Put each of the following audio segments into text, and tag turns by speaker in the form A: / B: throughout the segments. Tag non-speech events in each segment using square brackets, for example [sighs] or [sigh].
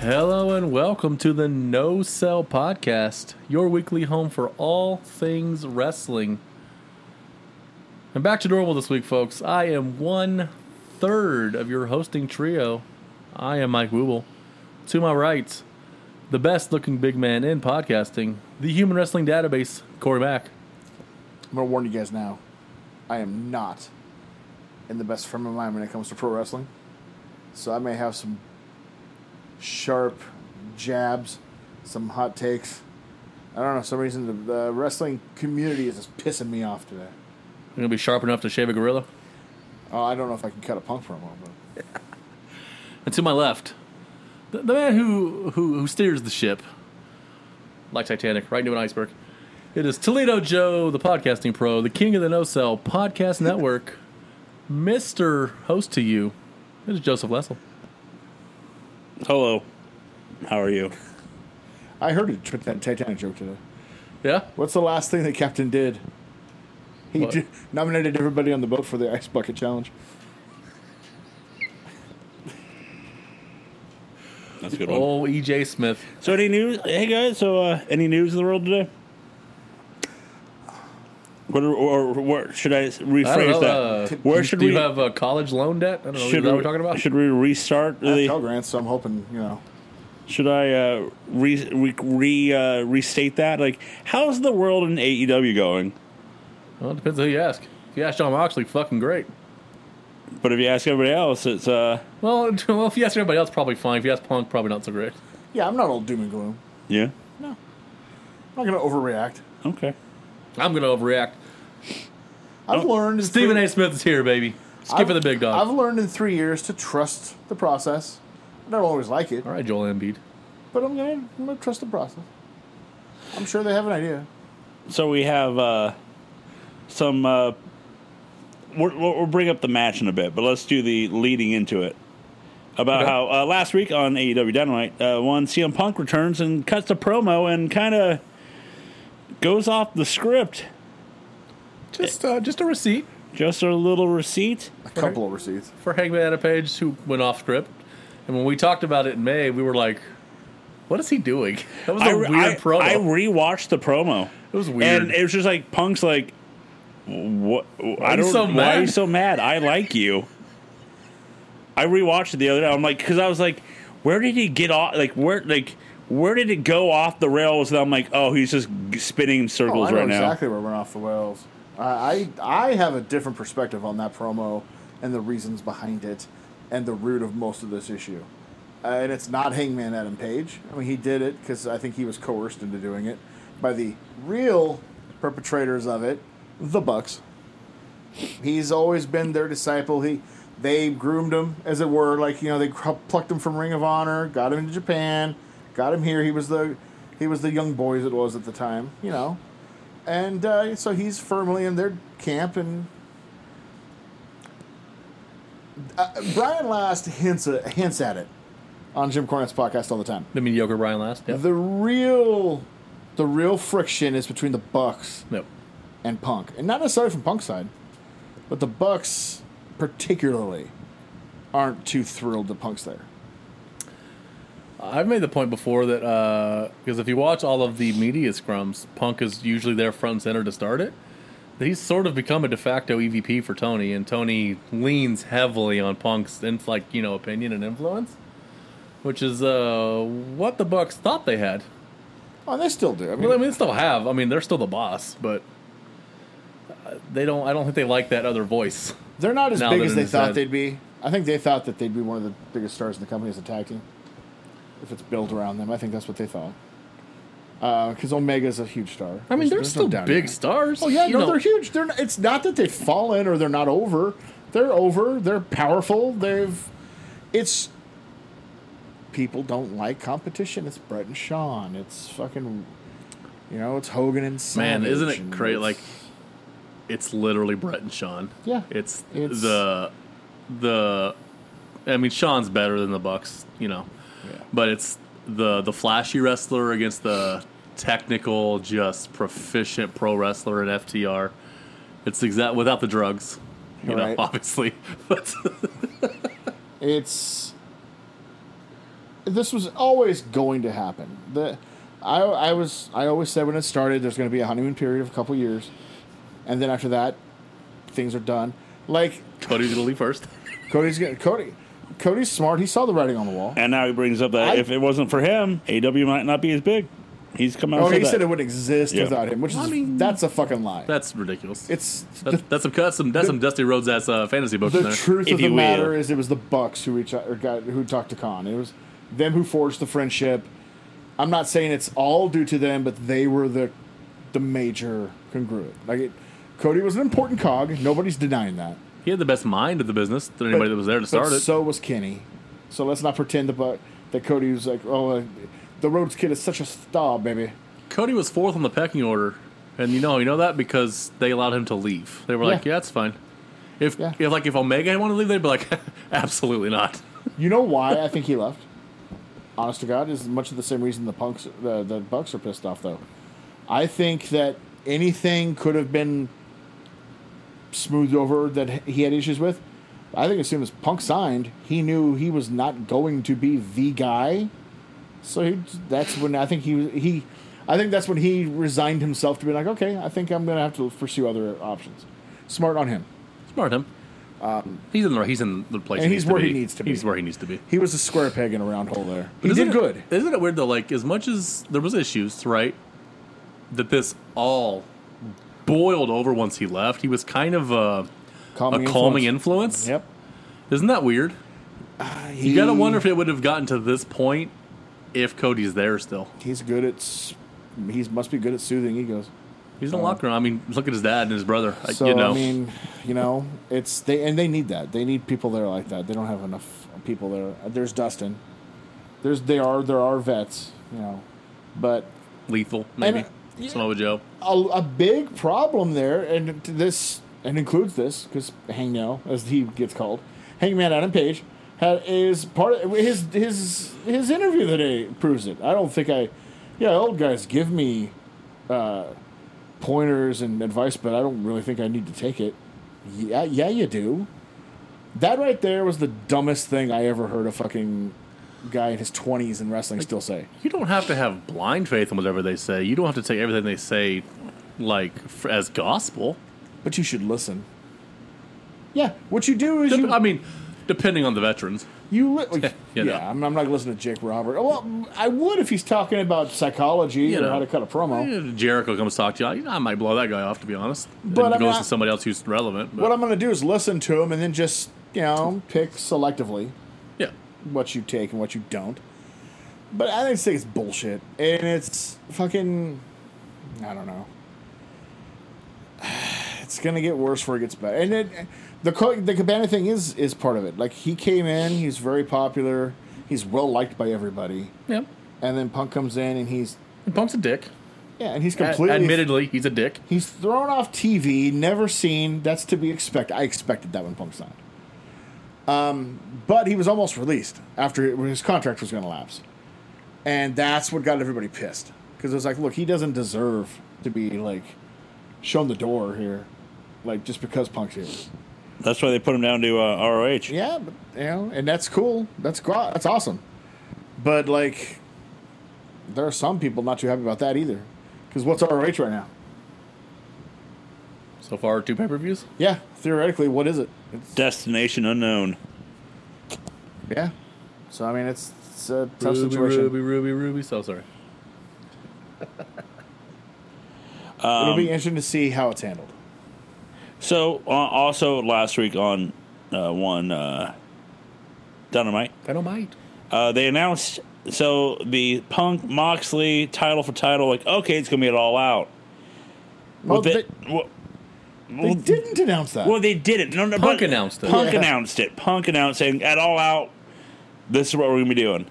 A: Hello and welcome to the No Sell Podcast, your weekly home for all things wrestling. And back to normal this week, folks. I am one third of your hosting trio. I am Mike Wooble. To my right, the best looking big man in podcasting, the human wrestling database, Corey Mack.
B: I'm gonna warn you guys now. I am not in the best frame of mind when it comes to pro wrestling, so I may have some sharp jabs, some hot takes. I don't know. For some reason the, the wrestling community is just pissing me off today.
A: I'm going to be sharp enough to shave a gorilla.
B: Oh, I don't know if I can cut a punk promo, but
A: And to my left, the, the man who, who who steers the ship, like Titanic, right into an iceberg. It is Toledo Joe, the podcasting pro, the king of the no sell
C: [laughs]
A: podcast network, Mister Host to you. It is Joseph Lessel.
C: Hello. How are you?
B: I heard a tri- that Titanic joke today.
A: Yeah,
B: What's the last thing the captain did? He
A: What?
B: ju- nominated everybody on the boat for the ice bucket challenge.
C: That's a good one.
A: oh EJ Smith.
C: So any news? Hey guys, so uh, any news in the world today? What are, or, what should I s- rephrase
A: I don't know,
C: that?
A: uh,
C: Where should
A: do
C: we
A: you have a college loan debt? I don't know.
C: should
A: is that
C: we,
A: what we're talking about?
C: Should we restart
B: I have
C: the?
B: Pell Grants, so I'm hoping you know.
C: Should I uh, re, re, re uh, restate that? Like, how's the world in AEW going?
A: well, it depends on who you ask. If you ask John Moxley, fucking great.
C: But if you ask everybody else, it's uh,
A: Well, [laughs] well, if you ask everybody else, probably fine. If you ask Punk, probably not so great.
B: Yeah, I'm not all doom and gloom.
C: yeah,
B: I'm not gonna overreact.
C: okay.
A: I'm gonna overreact.
B: I've learned in
A: Stephen
B: three-
A: A. Smith is here, baby. Skip
B: I've-
A: for the big dog.
B: I've learned in three years to trust the process. I don't always like it,
A: All right, Joel Embiid.
B: but I'm gonna, I'm gonna trust the process. I'm sure they have an idea.
C: So we have uh, some. Uh, we're, we'll we'll bring up the match in a bit, but let's do the leading into it. About
A: Okay.
C: how uh, last week on AEW Dynamite, uh, one CM Punk returns and cuts a promo and kind of goes off the script.
A: Just uh, just a receipt
C: Just a little receipt.
B: A couple of receipts.
A: for Hangman Adam Page who went off script. And when we talked about it in May, we were like, "What is he doing?" [laughs] That was a
C: I re-
A: weird
C: I,
A: promo.
C: I rewatched the promo.
A: it was weird.
C: And it was just like Punk's like, what? I
A: you
C: don't.
A: so
C: Why are you
A: mad?"
C: so mad? I like you. I rewatched it the other day. I'm like, because I was like, where did he get off? Like where? Like where did it go off the rails? And I'm like, oh, he's just g- spinning in
B: Oh,
C: circles
B: I know
C: right now.
B: exactly where we're off the rails. I, I I have a different perspective on that promo and the reasons behind it and the root of most of this issue. Uh, and it's not Hangman Adam Page. I mean, he did it because I think he was coerced into doing it by the real perpetrators of it, the Bucks. He's always been their disciple. He, they groomed him, as it were. Like you know, they cr- plucked him from Ring of Honor, got him into Japan, got him here. He was the, he was the young boy as it was at the time. You know, and uh, so he's firmly in their camp. And uh, Brian Last hints at, hints at it on Jim Cornette's podcast all the time.
A: the mediocre Brian Last. Yeah.
B: The real, the real friction is between the Bucks
A: no.
B: and Punk, and not necessarily from Punk's side, but the Bucks particularly aren't too thrilled that Punk's there.
A: I've made the point before that because if you watch all of the media scrums, Punk is usually there front and center to start it. He's sort of become a de facto EVP for Tony, and Tony leans heavily on Punk's inf- like you know opinion and influence, which is uh, what the Bucks thought they had.
B: Oh, and they still do. I mean,
A: Well, I mean, they still have. I mean, they're still the boss, but uh, they don't. I don't think they like that other voice.
B: they're not as
A: No,
B: big
A: they're
B: as they
A: not
B: thought
A: sad.
B: they'd be. I think they thought that they'd be one of the biggest stars in the company as a tag team. If it's built around them, I think that's what they thought. Because Omega's a huge star.
A: I mean, they're
B: There's- there's no
A: still
B: doubt
A: big
B: about it.
A: stars.
B: Oh yeah,
A: you
B: no,
A: know.
B: they're huge. They're not, it's not that they've fallen or they're not over. They're over. They're powerful. They've it's people don't like competition. It's Brett and Sean. It's fucking you know, it's Hogan and
A: Man,
B: Savage
A: isn't it
B: and
A: crazy?
B: it's-
A: Like, it's literally Brett and Sean.
B: Yeah,
A: it's,
B: it's-
A: the the. I mean, Sean's better than the Bucks, you know,
B: Yeah.
A: but it's the the flashy wrestler against the technical, just proficient pro wrestler in FTR. It's exact without the drugs, you know, [laughs]
B: Right.
A: obviously. But
B: It's this was always going to happen. The, I, I was I always said when it started, there's going to be a honeymoon period of a couple years, and then after that, things are done. Like
A: Cody's gonna leave first.
B: Cody's gonna, Cody, Cody's smart. He saw the writing on the wall.
C: And now he brings up that
B: I-
C: if it wasn't for him, AW might not be as big. He's come out.
B: Oh,
C: and said
B: he said
C: that.
B: it wouldn't exist
C: Yeah.
B: without him, which is
A: I mean-
B: that's a fucking lie.
A: That's ridiculous.
B: it's the,
A: That, that's some that's some that's some Dusty Rhodes ass uh, fantasy book in
B: the
A: there.
B: truth
C: If
B: of the
C: you will.
B: matter is it was the Bucks who reached out, or got who talked to Khan. It was them who forged the friendship. I'm not saying it's all due to them, but they were the the major congruent. Like it, Cody was an important cog. Nobody's denying that.
A: He had the best mind of the business than anybody that was there to
B: but
A: start it.
B: So was Kenny. So let's not pretend the Buck that Cody was like, oh, uh, the Rhodes kid is such a star, baby.
A: Cody was fourth on the pecking order, and you know you know that because they allowed him to leave. They were like,
B: Yeah.
A: "Yeah, that's fine." If,
B: Yeah.
A: if like if Omega had wanted to leave, they'd be like, [laughs] "Absolutely not." [laughs]
B: You know why I think he left? Honest to God, is much of the same reason the punks, the, the Bucks are pissed off though. I think that anything could have been smoothed over that he had issues with. I think as soon as Punk signed, he knew he was not going to be the guy. So he, that's when I think he he, I think that's when he resigned himself to be like, okay, I think I'm gonna have to pursue other options. Smart on him.
A: Smart him. he's in the he's in the place.
B: Um, and
A: he needs
B: he's
A: to
B: where he
A: be.
B: needs to be.
A: He's where he needs to be.
B: He was a square peg in a round hole there.
A: But
B: He did
A: isn't it-
B: good.
A: Isn't it weird though? Like as much as there was issues, right? That this all boiled over once he left. He was kind of a, a calming influence.
B: Yep.
A: Isn't that weird?
B: He,
A: You gotta wonder if it would have gotten to this point if Cody's there still.
B: he's good at. s- He must be good at soothing egos.
A: He's in the locker room. I mean, look at his dad and his brother. I-
B: So
A: you know,
B: I mean, you know, it's they and they need that. They need people there like that. They don't have enough people there. There's Dustin. There's they are there are vets. You know, but
A: lethal maybe.
B: and, uh,
A: Samoa Joe.
B: a, a big problem there, and to this and includes this because Hangnail, as he gets called, Hangman Adam Page, had is part of his his his interview today proves it. I don't think I, yeah, old guys give me uh, pointers and advice, but I don't really think I need to take it. Yeah, yeah, you do. That right there was the dumbest thing I ever heard a fucking guy in his twenties in wrestling still say.
A: You don't have to have blind faith in whatever they say. You don't have to take everything they say like f- as gospel.
B: But you should listen. Yeah, what you do is you
A: I mean, depending on the veterans. [laughs]
B: You li- like,
A: You
B: yeah,
A: know.
B: I'm, I'm not listening to Jake Robert. Well, I would if he's talking about psychology
A: You
B: or
A: know.
B: how to cut a promo.
A: Eh, Jericho comes talk to you. I, I might blow that guy off to be honest.
B: But,
A: and
B: I mean,
A: goes
B: I-
A: to somebody else who's relevant. But,
B: What I'm going to do is listen to him and then just you know pick selectively
A: yeah,
B: what you take and what you don't. But I just think it's bullshit, and it's fucking. I don't know. [sighs] It's gonna get worse before it gets better, and it, the Co- the Cabana thing is is part of it. Like he came in, he's very popular, he's well liked by everybody,
A: yeah.
B: and then Punk comes in and he's
A: And Punk's a dick.
B: Yeah, and he's
A: A-
B: completely
A: admittedly, he's a dick.
B: He's thrown off TV, never seen. That's to be expected. I expected that when Punk signed. Um, but he was almost released after when his contract was going to lapse, and that's what got everybody pissed because it was like, look, he doesn't deserve to be like shown the door here, like just because Punk's here.
C: That's why they put him down to uh, ROH.
B: Yeah, but you know, and that's cool. That's gro- that's awesome. But like, there are some people not too happy about that either, because what's ROH right now?
A: So far, two pay per views.
B: Yeah, theoretically, what is it? It's,
C: Destination unknown.
B: yeah. So I mean, it's, it's a tough
A: Ruby,
B: situation.
A: Ruby, Ruby, Ruby. So sorry.
B: It'll be interesting to see how it's handled.
C: So uh, also last week on uh, one uh, Dynamite,
A: Dynamite.
C: uh, they announced so the Punk Moxley title for title. Like, okay, it's gonna be it all out.
B: Well,
C: But
B: they,
C: well,
B: they didn't announce that.
C: Well, they did it. No, no,
A: Punk
C: but-
A: announced it.
C: Punk
B: Yeah.
C: announced it. Punk announced saying, "At all out, this is what we're gonna be doing."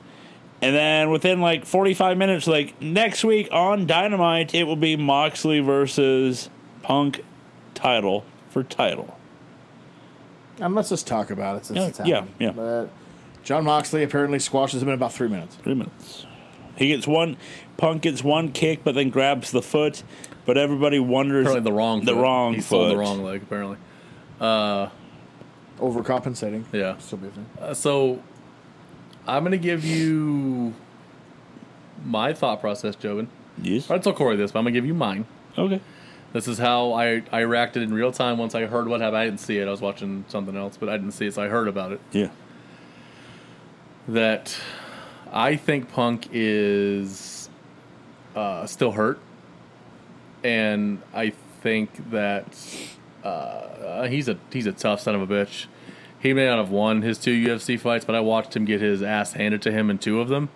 C: And then within like 45 minutes, like next week on Dynamite, it will be Moxley versus Punk, title for title.
B: and let's just talk about it since
C: Yeah,
B: it's
C: yeah,
B: happening.
C: yeah.
B: But John Moxley apparently squashes him in about three minutes.
C: Three minutes. He gets one. Punk gets one kick, but then grabs the foot. But everybody wonders
A: Apparently, the wrong.
C: the
A: foot.
C: wrong
A: He
C: foot.
A: sold the wrong leg. Apparently.
B: Overcompensating.
A: Yeah.
B: Still be a thing.
A: Uh, so I'm gonna give you my thought process, Joven.
C: Yes.
A: I already told Corey this, but I'm gonna give you mine.
C: Okay.
A: This is how I, I reacted in real time once I heard what happened. I didn't see it. I was watching something else, but I didn't see it, so I heard about it.
C: Yeah.
A: That I think Punk is uh, still hurt, and I think that uh, he's a he's a tough son of a bitch. He may not have won his two UFC fights, but I watched him get his ass handed to him in two of them,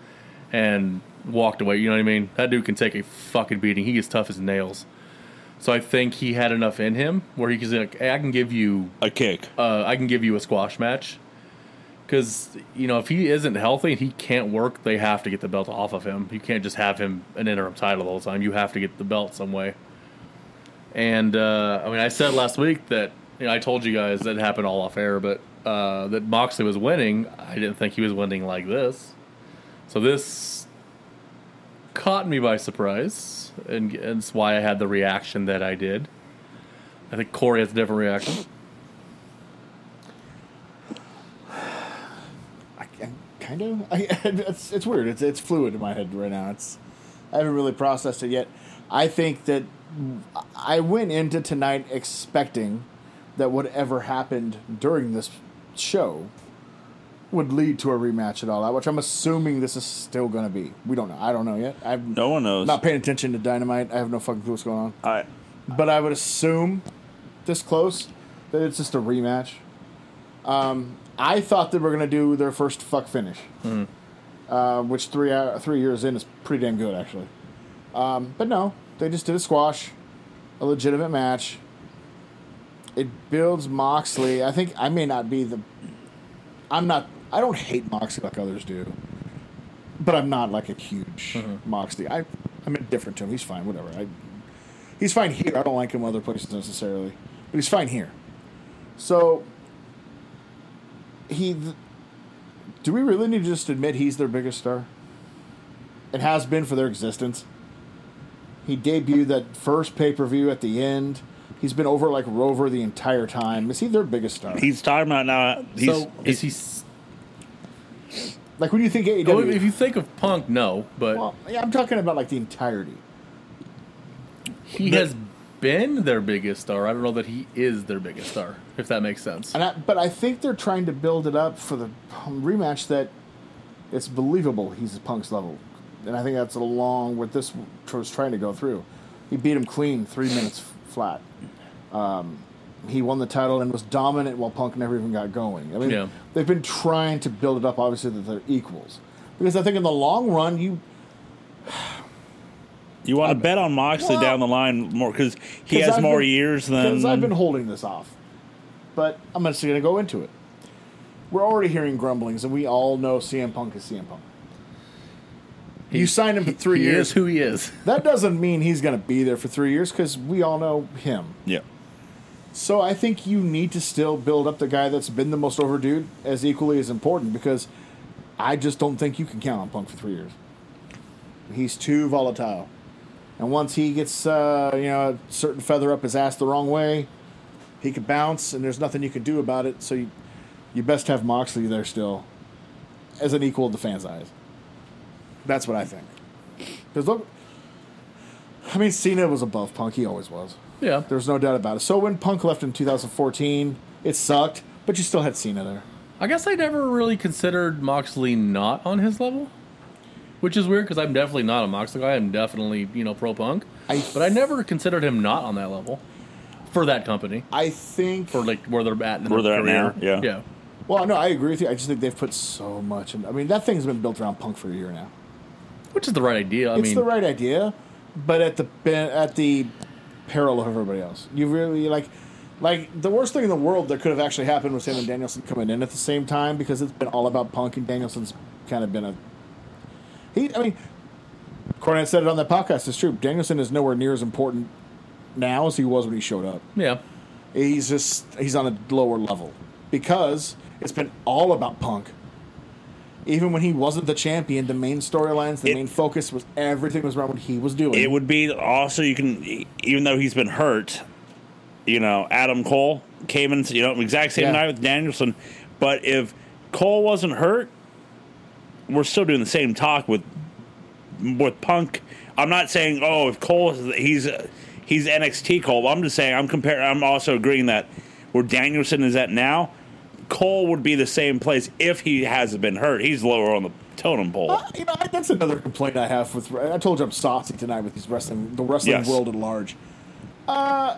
A: and walked away. You know what I mean? That dude can take a fucking beating. He is tough as nails. So I think he had enough in him where he could say, like, hey, I can give you
C: A kick.
A: uh, I can give you a squash match. Because, you know, if he isn't healthy and he can't work, they have to get the belt off of him. You can't just have him an interim title the whole time. You have to get the belt some way. And, uh, I mean, I said last week that, you know, I told you guys that happened all off air, but uh, that Moxley was winning. I didn't think he was winning like this. So this caught me by surprise, and, and it's why I had the reaction that I did. I think Corey has a different reaction.
B: I, I kind of. [laughs] I, it's, it's weird. It's it's fluid in my head right now. It's I haven't really processed it yet. I think that I went into tonight expecting that whatever happened during this show would lead to a rematch at all out, which I'm assuming this is still going to be. We don't know. I don't know yet. I'm
C: No one knows.
B: not paying attention to Dynamite. I have no fucking clue what's going on.
C: I,
B: But I would assume this close that it's just a rematch. Um, I thought they were gonna do their first fuck finish, uh, which three hou- three years in is pretty damn good actually. Um, but no, they just did a squash, a legitimate match. It builds Moxley. I think I may not be the. I'm not. I don't hate Moxley like others do, but I'm not like a huge Moxley. I I'm indifferent to him. He's fine. Whatever. I he's fine here. I don't like him other places necessarily, but he's fine here. So he, th- do we really need to just admit he's their biggest star? It has been for their existence. He debuted that first pay per view at the end. He's been over like Rover the entire time. Is he their biggest star?
C: he's talking about now. He's,
A: so
C: he's,
A: is he? s-
B: like when you think E AEW,
A: oh, if you think of Punk, no, but
B: well, yeah, I'm talking about like the entirety.
A: he
C: but-
A: has been their biggest star. I don't know that he is their biggest star, if that makes sense.
B: And I, but I think they're trying to build it up for the rematch that it's believable he's at Punk's level, and I think that's along what this was trying to go through. He beat him clean, three minutes f- flat. Um, he won the title and was dominant while Punk never even got going. I mean,
A: Yeah.
B: they've been trying to build it up, obviously that they're equals, because I think in the long run, you
C: you want to bet on Moxley
B: Well-
C: down the line more because he
B: 'Cause
C: has
B: I've
C: more
B: been-
C: years
B: Because
C: than.
B: I've been holding this off. But I'm just going to go into it. We're already hearing grumblings, and we all know CM Punk is CM Punk. you signed him for three
A: he
B: years.
A: is who he
C: [laughs]
A: is.
B: that doesn't mean he's going to be there for three years because we all know him.
C: yeah.
B: So I think you need to still build up the guy that's been the most over dude as equally as important because I just don't think you can count on Punk for three years. He's too volatile, and once he gets uh, you know a certain feather up his ass the wrong way, he could bounce, and there's nothing you can do about it. So you, you best have Moxley there still, as an equal in the fans' eyes. That's what I think. Because look, I mean Cena was above Punk. He always was.
A: Yeah,
B: There's no doubt about it. So when Punk left in 2014, it sucked, but you still had Cena there.
A: I guess I never really considered Moxley not on his level, which is weird because I'm definitely not a Moxley guy. I'm definitely you know pro Punk,
B: I-
A: but I never considered him not on that level for that company
B: I think.
A: for like where they're at in
C: Where
A: their
C: they're at
A: career.
C: now, yeah.
A: yeah.
B: Well, no, I agree with you. I just think they've put so much. In, I mean, that thing's been built around Punk for a year now.
A: Which is the right idea. I
B: it's
A: mean,
B: the right idea, but at the ben- at the peril of everybody else. You really like, like the worst thing in the world that could have actually happened was him and Danielson coming in at the same time because it's been all about Punk and Danielson's kind of been a. He, I mean, Cornette said it on that podcast. It's true. Danielson is nowhere near as important now as he was when he showed up.
A: yeah.
B: He's just he's on a lower level because it's been all about Punk. Even when he wasn't the champion, the main storylines, the
C: It-
B: main focus was everything was around what he was doing.
C: It would be also you can even though he's been hurt, you know Adam Cole came in you know exact same
B: Yeah.
C: night with Danielson, but if Cole wasn't hurt, we're still doing the same talk with with Punk. I'm not saying oh if Cole is- he's uh, he's NXT Cole. I'm just saying I'm comparing. I'm also agreeing that where Danielson is at now, Cole would be the same place if he hasn't been hurt. He's lower on the totem pole.
B: Uh, you know, I- that's another complaint I have with. I told you I'm saucy tonight with these wrestling, the wrestling
C: Yes.
B: world at large. Uh,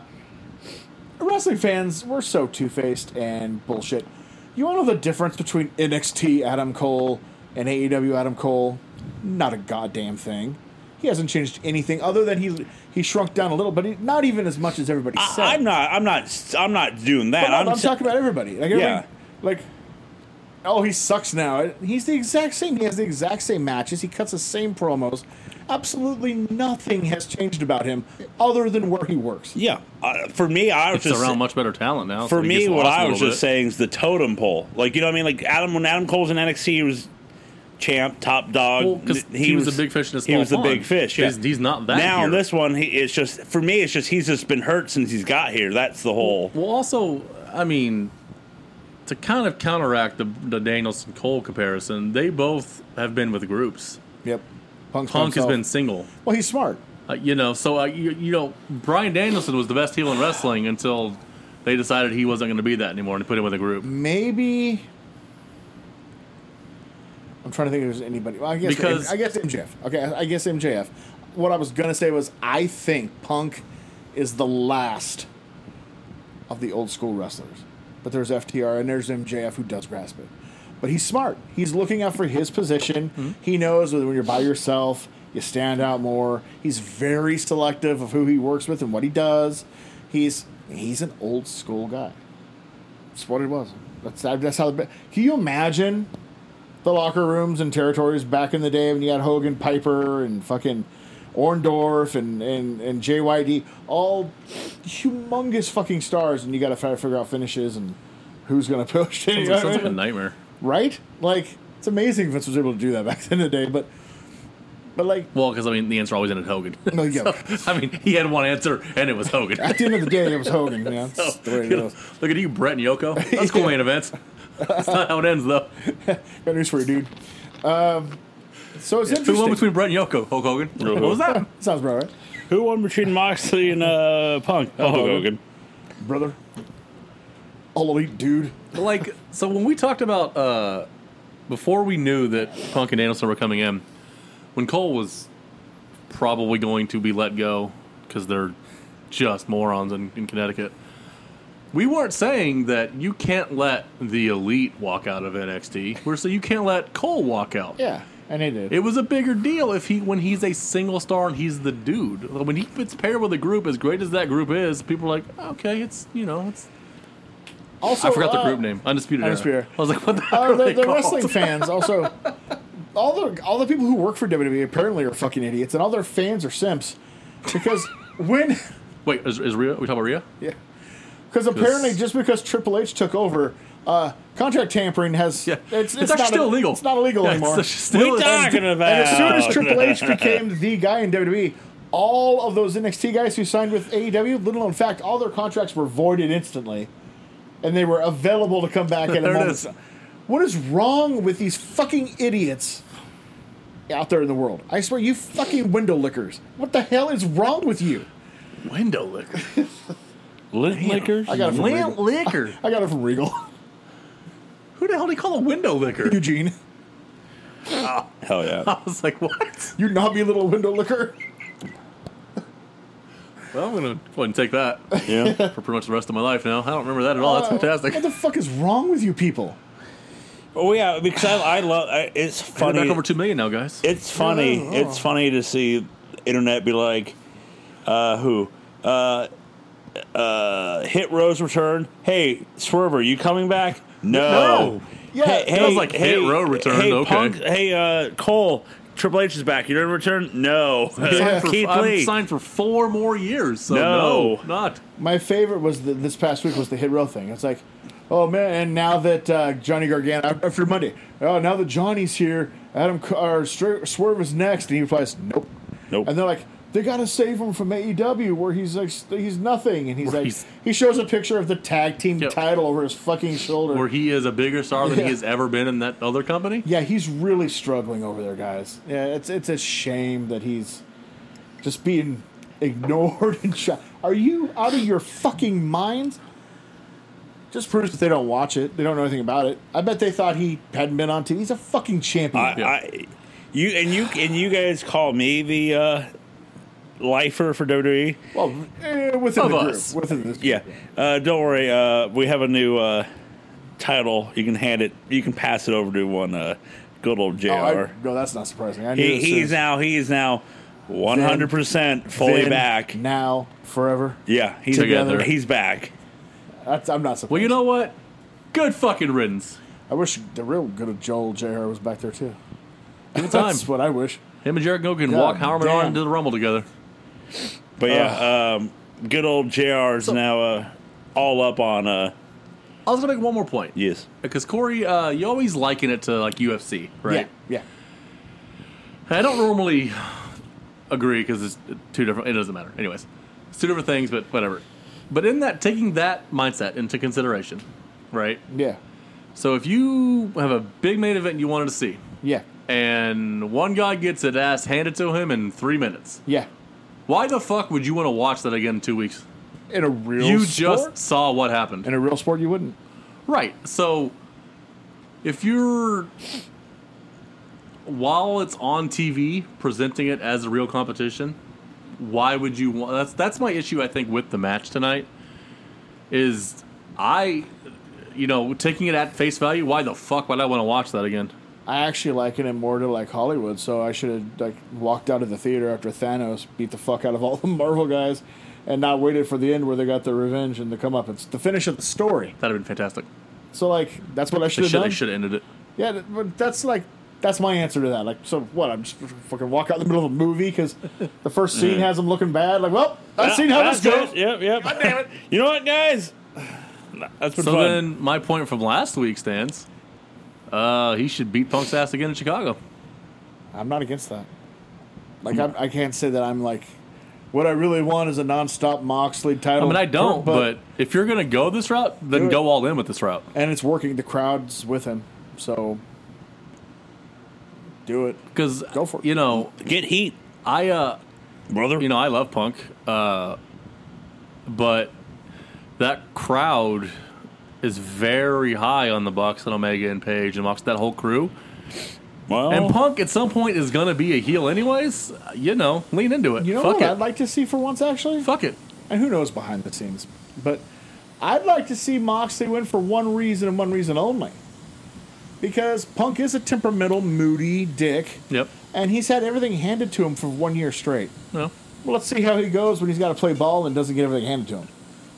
B: wrestling fans, we're so two faced and bullshit. You want to know the difference between NXT Adam Cole and AEW Adam Cole? Not a goddamn thing. He hasn't changed anything other than he he shrunk down a little, but he, not even as much as everybody said.
C: I, am not. I'm not. I'm not doing that.
B: But no,
C: I'm,
B: I'm,
C: sa-
B: talking about everybody. Like, everybody,
C: Yeah.
B: like, oh, he sucks now. He's the exact same. He has the exact same matches. He cuts the same promos. Absolutely nothing has changed about him other than where he works.
C: Yeah. Uh, for me, I was
A: It's
C: just
A: around much better talent now. so
C: for
A: he gets
C: me, what
A: lost a
C: I was
A: little
C: just
A: bit.
C: saying is the totem pole. Like you know what I mean? Like Adam when Adam Cole's in NXT, he was champ, top dog.
A: Well, 'cause
C: N-
A: he, was, a big fish in a small
C: He was the
A: pond.
C: big fish. Yeah.
A: He's, he's not that.
C: now
A: here.
C: in this one, he, it's just for me. It's just he's just been hurt since he's got here. That's the whole.
A: Well, also, I mean, to kind of counteract the the Danielson Cole comparison, they both have been with groups.
B: Yep. Punk's
A: Punk has
B: himself.
A: been single,
B: Well, he's smart.
A: uh, you know. So uh, you, you know, Brian Danielson was the best heel in wrestling until they decided he wasn't going to be that anymore and put him with a group.
B: Maybe. I'm trying to think if there's anybody. Well, I guess
A: Because-
B: I guess MJF. Okay, I I guess MJF. What I was gonna say was I think Punk is the last of the old school wrestlers, but there's FTR and there's MJF who does grasp it. But he's smart. He's looking out for his position. He knows that when you're by yourself, you stand out more. He's very selective of who he works with and what he does. He's he's an old school guy. That's what it was. That's that's how. The, can you imagine the locker rooms and territories back in the day when you had Hogan, Piper, and fucking Orndorff and and and JYD, all humongous fucking stars, and you got to try to figure out finishes and who's gonna [laughs] push.
A: Sounds, like- sounds like a nightmare.
B: right? Like it's amazing Vince was able to do that back [laughs] in the day, but but like
A: Well, because I mean, the answer always ended Hogan. [laughs]
B: No, yeah.
A: So, I mean, he had one answer, and it was Hogan. [laughs]
B: [laughs] at the end of the day, it was Hogan. Yeah,
A: So,
B: that's the way it
A: you know,
B: goes.
A: look at you, Brett and Yoko. That's cool
B: [laughs] Yeah.
A: main events. That's not how it ends, though.
B: Got news for you, dude. Um, so it's
A: Who won
B: interesting.
A: between Brett and Yoko? Hulk Hogan. What was that?
B: Sounds about right,
C: Who won between Moxley and uh, Punk? Oh, Hogan.
B: brother. All elite, dude.
A: like so when we talked about uh before we knew that Punk and Danielson were coming in, when Cole was probably going to be let go because they're just morons in, in Connecticut. We weren't saying that you can't let the elite walk out of NXT. We're saying you can't let Cole walk out.
B: Yeah, and he did.
A: It was a bigger deal if he when he's a single star and he's the dude. When he fits paired with a group, as great as that group is, people are like, okay, it's you know, it's
B: also,
A: I forgot the
B: uh,
A: group name. Undisputed. Era.
B: Undisputed.
A: [laughs] I was like, what the heck
B: Uh,
A: are
B: the
A: they
B: the
A: called?
B: wrestling fans also, all the all the people who work for WWE apparently are fucking idiots, and all their fans are simps,
A: [laughs]
B: because when,
A: [laughs] Wait, is, is Rhea? we talking about Rhea?
B: yeah, because apparently just because Triple H took over, uh, contract tampering has
A: Yeah,
B: it's, it's,
A: actually
B: not
A: still
B: a-
A: illegal.
B: It's not illegal
A: Yeah, it's
B: anymore.
A: actually still
C: We
A: illegal.
C: talking about?
B: And as soon as Triple H became the guy in WWE, all of those NXT guys who signed with AEW, little known fact, all their contracts were voided instantly, and they were available to come back in
A: [laughs]
B: a
A: There it
B: moment.
A: is.
B: What is wrong with these fucking idiots out there in the world? I swear, you fucking window lickers. What the hell is wrong with you?
A: window [laughs] liquor.
C: Lint lickers.
B: I got it from
A: Lamp
B: Regal.
A: liquor.
B: I got it from Regal.
A: [laughs]
B: [laughs]
A: Who the hell do you call a window liquor?
B: Eugene,
C: Hell yeah.
A: [laughs] I was like, what?
B: you knobby little window licker.
A: Well, I'm gonna go ahead and take [laughs] that
C: yeah.
A: for pretty much the rest of my life now. I don't remember that at all. That's fantastic.
B: Uh, What the fuck is wrong with you people?
C: Oh yeah, because I, I love. I, it's
A: We're
C: funny.
A: back over two million now, guys.
C: It's funny.
B: Yeah.
C: It's funny to see internet be like, uh, who? Uh, uh, Hit Rose return. Hey, Swerver, you coming back? No.
A: No.
B: Yeah,
C: Hey,
B: it
C: hey,
A: was like Hit
C: hey,
A: Row return,
C: Hey,
A: okay.
C: Punk, hey, uh, Cole, Triple H is back. You didn't return?
A: [laughs]
C: No.
A: Signed for-
C: [laughs] Keith
A: I'm
C: Lee.
A: signed for four more years. So
C: No.
A: no, not.
B: My favorite was the, this past week was the hit row thing. It's like, oh man, and now that uh, Johnny Gargano after Monday, oh now that Johnny's here, Adam C- or Str- Swerve is next, and he replies, nope,
C: Nope.
B: and they're like, they got to save him from AEW where he's like st- he's nothing, and he's
A: Where
B: like
A: he's-
B: he shows a picture of the tag team
A: Yep.
B: title over his fucking shoulder.
A: Where he is a bigger star than
B: Yeah.
A: he has ever been in that other company.
B: yeah, he's really struggling over there, guys. Yeah, it's it's a shame that he's just being [laughs] ignored and shot. Are you out of your fucking mind? Just proves that they don't watch it. They don't know anything about it. I bet they thought he hadn't been on TV. He's a fucking champion.
C: I,
A: Yeah.
C: I you and you and you guys call me the uh, lifer for E? WWE.
B: well, eh, within
A: Of
B: the
A: us.
B: group, within this.
C: Yeah, uh, don't worry. Uh, we have a new uh, title. You can hand it. You can pass it over to one uh, good old Jr.
B: Oh, I, no, that's not surprising. I knew
C: he,
B: this
C: he's
B: is
C: now. He is now. One hundred percent fully
B: then,
C: back.
B: now forever.
C: Yeah, he's
A: Together.
C: He's back.
B: That's, I'm not surprised.
A: Well, you know what? Good fucking riddance.
B: I wish the real good Joel Jr. was back there too.
A: Give it time.
B: That's what I wish.
A: Him and Jericho can
B: God
A: walk Howard
B: damn.
A: on into the Rumble together.
C: But yeah, um, good old JR's now uh, all up on uh,
A: I was gonna make one more point
C: yes.
A: because Corey, uh, you always liken it to like UFC, right?
B: Yeah.
A: I don't normally agree because it's two different. It doesn't matter, anyways. It's two different things, but whatever. But in that, taking that mindset into consideration, right?
B: Yeah.
A: So if you have a big main event you wanted to see,
B: Yeah.
A: and one guy gets an ass handed to him in three minutes,
B: Yeah.
A: why the fuck would you want to watch that again in two weeks?
B: Yeah. In a real
A: You
B: sport,
A: just saw what happened.
B: in a real sport you wouldn't.
A: Right. So if you're while it's on TV presenting it as a real competition, why would you want that's that's my issue I think with the match tonight is I you know, taking it at face value, why the fuck would I want to watch that again?
B: I actually liken it more to like Hollywood, so I should have like walked out of the theater after Thanos beat the fuck out of all [laughs] the Marvel guys, and not waited for the end where they got their revenge and the come up. It's the finish of the story.
A: That'd have been fantastic.
B: So like that's what I
A: They
B: should have
A: should
B: done.
A: they should have ended it.
B: Yeah, th- but that's like that's my answer to that. Like, so what? I'm just fucking walk out in the middle of a movie because the first scene has him looking bad. Like, well, I've seen how this goes.
C: That's it. Yep, yep. God damn it! [laughs] You know what, guys? That's been
A: So
C: fun.
A: then my point from last week stands. Uh, he should beat Punk's ass again in Chicago.
B: I'm not against that.
A: Hmm.
B: Like, I'm, I can't say that I'm like. What I really want is a nonstop Moxley
A: I
B: title.
A: mean, I don't, but, if you're gonna go this route,
B: Do
A: then
B: it.
A: go all in with this route.
B: and it's working. The crowd's with him, so do it.
A: Because
B: Go for it.
A: You know,
C: Get heat,
A: I uh,
C: brother.
A: you know, I love punk, uh, but that crowd is very high on the Bucks and Omega and Page and Mox, that whole crew.
C: well,
B: Oh.
A: And Punk at some point is gonna be a heel, anyways. You know, lean into it.
B: You know
A: Fuck
B: what
A: it.
B: I'd like to see for once, actually.
A: Fuck it.
B: and who knows behind the scenes. But I'd like to see Moxley win for one reason and one reason only. Because Punk is a temperamental, moody dick,
A: Yep.
B: and he's had everything handed to him for one year straight.
A: No.
B: Well, let's see how he goes when he's got to play ball and doesn't get everything handed to him.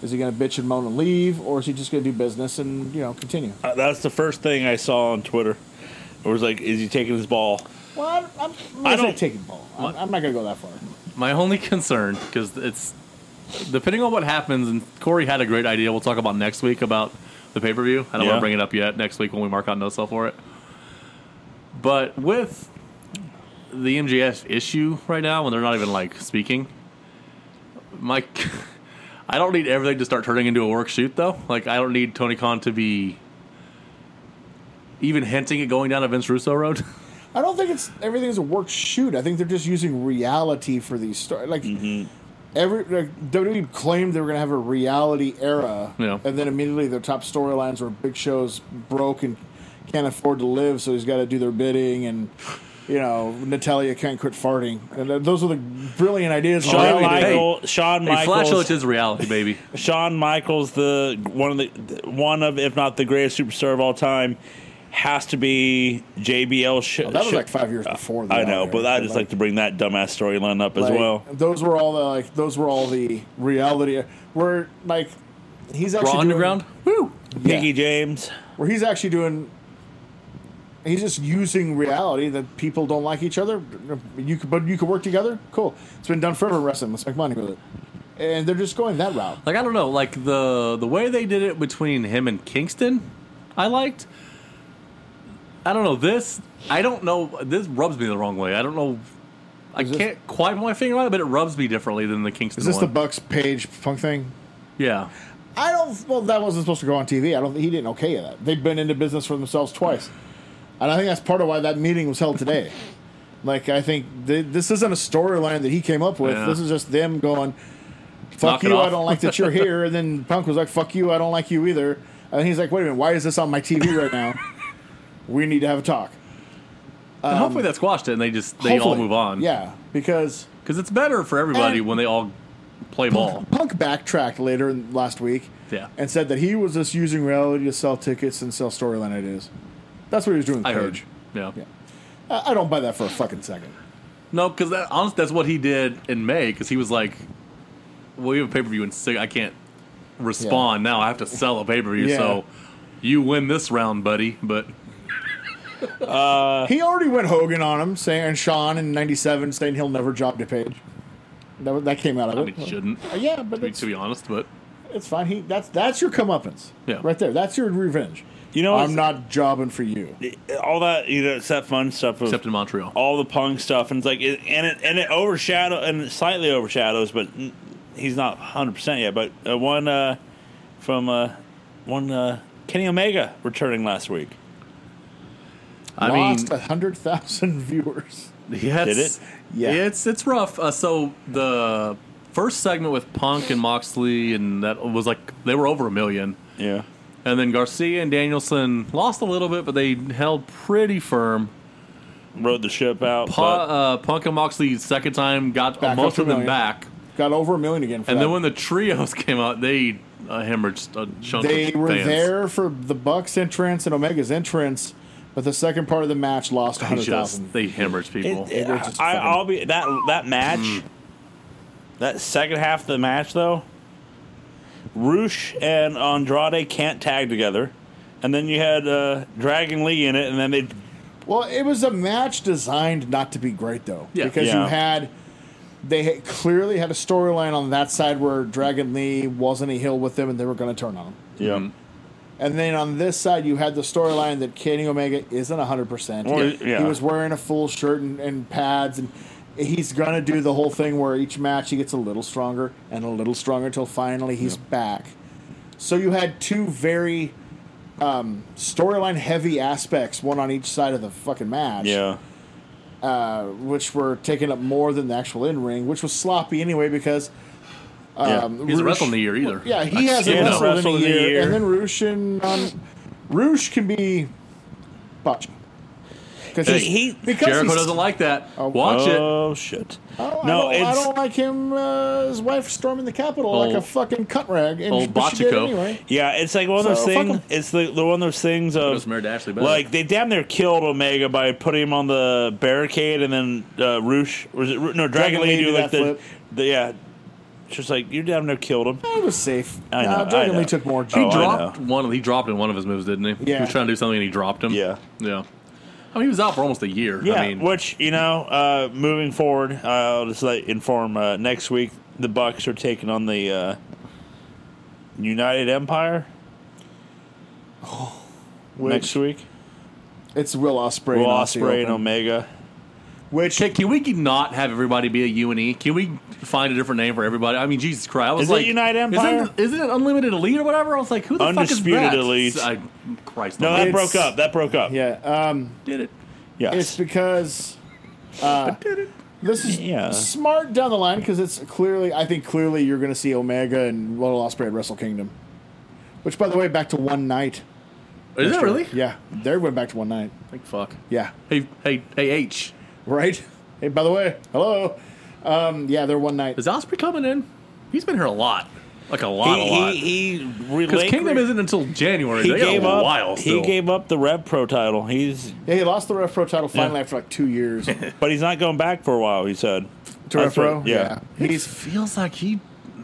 B: Is he going to bitch and moan and leave, or is he just going to do business and you know continue?
C: uh, that's the first thing I saw on Twitter. It was like, is he taking his ball?
B: Well, I'm, I'm, I'm not
C: I
B: gonna
C: don't-
B: say taking ball. I'm, I'm not going to go that far.
A: My only [laughs] concern, because it's depending on what happens, and Corey had a great idea we'll talk about next week about the pay per view. I don't want
C: Yeah.
A: to bring it up yet next week when we mark out no sell for it. But with the MGF issue right now, when they're not even like speaking, my [laughs] I don't need everything to start turning into a work shoot though. Like I don't need Tony Khan to be even hinting at going down a Vince Russo road. [laughs]
B: I don't think it's everything's a work shoot. I think they're just using reality for these stories. Like
A: Mm-hmm.
B: every like, WWE claimed they were going to have a reality era,
A: Yeah.
B: and then immediately their top storylines were Big Show's broke and can't afford to live, so he's got to do their bidding, and you know Natalia can't quit farting. And th- those are the brilliant ideas.
A: Oh,
B: of
C: Shawn
B: reality.
A: Hey.
C: Michael, Shawn
A: hey, Flashlight
C: Michaels,
A: is reality, baby.
C: Shawn Michaels, the one of the the- one of if not the greatest superstar of all time, has to be JBL. Sh-
B: Oh, that was
C: sh-
B: like five years before.
C: I
B: that,
C: know,
B: right?
C: but I just like, to bring that dumbass storyline up as
B: Like,
C: well.
B: Those were all the like those were all the reality where like he's actually
A: Raw
B: doing-
A: Underground. Woo.
B: Yeah.
C: Pinky James.
B: where he's actually doing he's just using reality that people don't like each other you could but you could work together cool it's been done forever in wrestling let's make money with it and they're just going that route
A: Like I don't know, like the the way they did it between him and Kingston, I liked. I don't know this. I don't know this rubs me the wrong way. I don't know. I
B: Is this-
A: can't quite put my finger on it, but it rubs me differently than the Kingston
B: Is this the
A: one.
B: Bucks Page Punk thing?
A: yeah.
B: I don't. Well, that wasn't supposed to go on TV. I don't. He didn't okay that. They've been into business for themselves twice, and I think that's part of why that meeting was held today. [laughs] like, I think th- this isn't a storyline that he came up with.
A: Yeah.
B: This is just them going,
A: Knock
B: "Fuck
A: it
B: you, I
A: off."
B: don't like that you're here." And
A: [laughs]
B: then Punk was like, "Fuck you, I don't like you either." And he's like, "Wait a minute, why is this on my TV
A: [laughs]
B: right now? we need to have a talk."
A: and hopefully that squashed it, and they just they all
B: um, Hopefully.
A: move on.
B: Yeah, because
A: because it's better for everybody
B: And-
A: when they all play ball.
B: Punk, Punk backtracked later in, last week.
A: Yeah.
B: And said that he was just using reality to sell tickets and sell storyline ideas. That's what he was doing with
A: I heard.
B: Page.
A: Yeah.
B: Yeah. I, I don't buy that for a fucking second.
A: No, because that, honestly, that's what he did in May. Because he was like, "Well, we have a pay per view in six. I can't respond now. I have to sell a pay per view.
B: Yeah.
A: So you win this round, buddy." But Uh.
B: he already went Hogan on him, saying and Sean in '97 saying he'll never job to Page. That, wa- that came out of
A: I
B: it.
A: mean, it shouldn't.
B: Uh, yeah, but
A: To be,
B: it's,
A: to be honest, but
B: it's fine. He that's that's your comeuppance.
A: Yeah.
B: Right there. That's your revenge.
C: You know,
B: I'm
C: it's-
B: not jobbing for you.
C: all that you know, it's that fun stuff. Was
A: except in Montreal,
C: all the punk stuff, and it's like, it, and it and it overshadow and it slightly overshadows, but n- he's not 100 percent yet. But uh, one uh, from uh, one uh, Kenny Omega returning last week.
A: I
B: Lost
A: mean,
B: hundred thousand [laughs] viewers.
A: yes,
C: Did it?
B: Yeah.
A: it's it's rough. Uh, so the first segment with Punk and Moxley, and that was like they were over a million.
C: Yeah,
A: And then Garcia and Danielson lost a little bit, but they held pretty firm.
C: rode the ship out.
A: Pu- uh, Punk and Moxley second time got
B: Back up
A: most
B: to
A: of them
B: million.
A: back,
B: Got over a million again. For
A: and
B: that.
A: then when the trios [laughs] came out, they uh, hemorrhaged a chunk.
B: They
A: of
B: were
A: fans.
B: there for the Bucks entrance and Omega's entrance, but the second part of the match lost
A: They
B: hundred
A: just
B: thousand.
A: they hemorrhaged people.
C: It, it-
B: They're just
C: I,
B: fucking-
C: I'll be that that match, that second half of the match though. Roosh and Andrade can't tag together, and then you had uh, Dragon Lee in it, and then they
B: Well, it was a match designed not to be great though,
A: Yeah.
B: because
C: Yeah.
B: you had they had clearly had a storyline on that side where Dragon Lee wasn't a heel with them, and they were going to turn on him.
C: yeah.
B: And then on this side, you had the storyline that Kenny Omega isn't 100%.
C: Well, yeah.
B: He was wearing a full shirt and, and pads, and he's going to do the whole thing where each match he gets a little stronger and a little stronger until finally he's back. So you had two very um, storyline heavy aspects, one on each side of the fucking match, uh,
C: yeah.
B: which were taking up more than the actual in ring, which was sloppy anyway because. Um,
A: He hasn't
B: Roosh-
A: wrestled in a year either.
B: yeah, he hasn't
C: yeah,
B: wrestled,
C: wrestled
B: in, a year, And then Roosh and um, Roosh can be botched because
A: Hey,
C: he-
B: because
A: Jericho
B: he's-
A: doesn't like that. Watch it.
C: oh shit!
B: Oh, I
C: no,
B: don't- I
C: it's
B: don't like him. Uh, his wife storming the Capitol like a
A: Old-
B: fucking cunt rag. And
A: old
B: but she did
A: Bochico.
B: anyway.
C: yeah, it's like one of those
B: So, fuck
C: things.
B: 'em.
C: It's the, the one of those things
A: was
C: of
A: married to Ashley Benner.
C: like they damn near killed Omega by putting him on the barricade, and then uh, Roosh was it Roo- no Dragon, Lee do
B: did that
C: like the,
B: flip.
C: the yeah, just like you damn near killed him.
B: It was safe.
C: I know,
B: No, Dragon
C: I know.
B: Lee took more.
C: Oh, I
A: He
B: He dropped-
A: dropped one. He dropped in one of his moves, didn't he? He
B: Yeah.
A: was trying to do something and he dropped him.
C: Yeah.
A: yeah. I mean, he was out for almost a year.
C: Yeah,
A: I mean,
C: which you know, uh, moving forward, I'll just like inform uh, next week the Bucks are taking on the uh, United Empire
B: which-
C: next week.
B: It's Will Osprey.
C: Will Ospreay and Omega.
B: which
A: Can, can we not have everybody be a UNE? Can we find a different name for everybody? I mean, Jesus Christ! I was
C: Is it
A: like,
C: United Empire?
A: Isn't, isn't it Unlimited Elite or whatever? I was like, who the
C: Undisputed
A: fuck is that?
C: Elite.
A: I, Christ,
C: No, that
B: It's-
C: broke up. That broke up.
B: yeah, um,
A: did it.
C: Yes.
B: it's because
C: Uh,
A: Did it?
B: This is
C: Yeah.
B: smart down the line because it's clearly, I think clearly you're going to see Omega and Will Ospreay at Wrestle Kingdom. Which, by the way, back to one night.
A: Is it really?
B: Yeah, they went back to one night.
A: Like fuck.
B: Yeah,
A: Hey, hey, hey, H.
B: right. Hey, by the way, hello. Um, yeah, they're one night.
A: Is Osprey coming in? He's been here a lot, like a lot, a
C: he,
A: lot.
C: he, he
A: Because
C: relate-
A: Kingdom isn't until January.
C: He
A: they
C: gave
A: got a
C: up.
A: while still.
C: He gave up the Rev Pro title. He's
B: Yeah, he lost the Ref Pro title finally
C: Yeah.
B: after like two
C: [laughs]
B: years. to
C: but he's not going back for a while. He said
B: Ref
C: That's
B: Pro?
C: what- Yeah.
B: He's,
A: feels like he.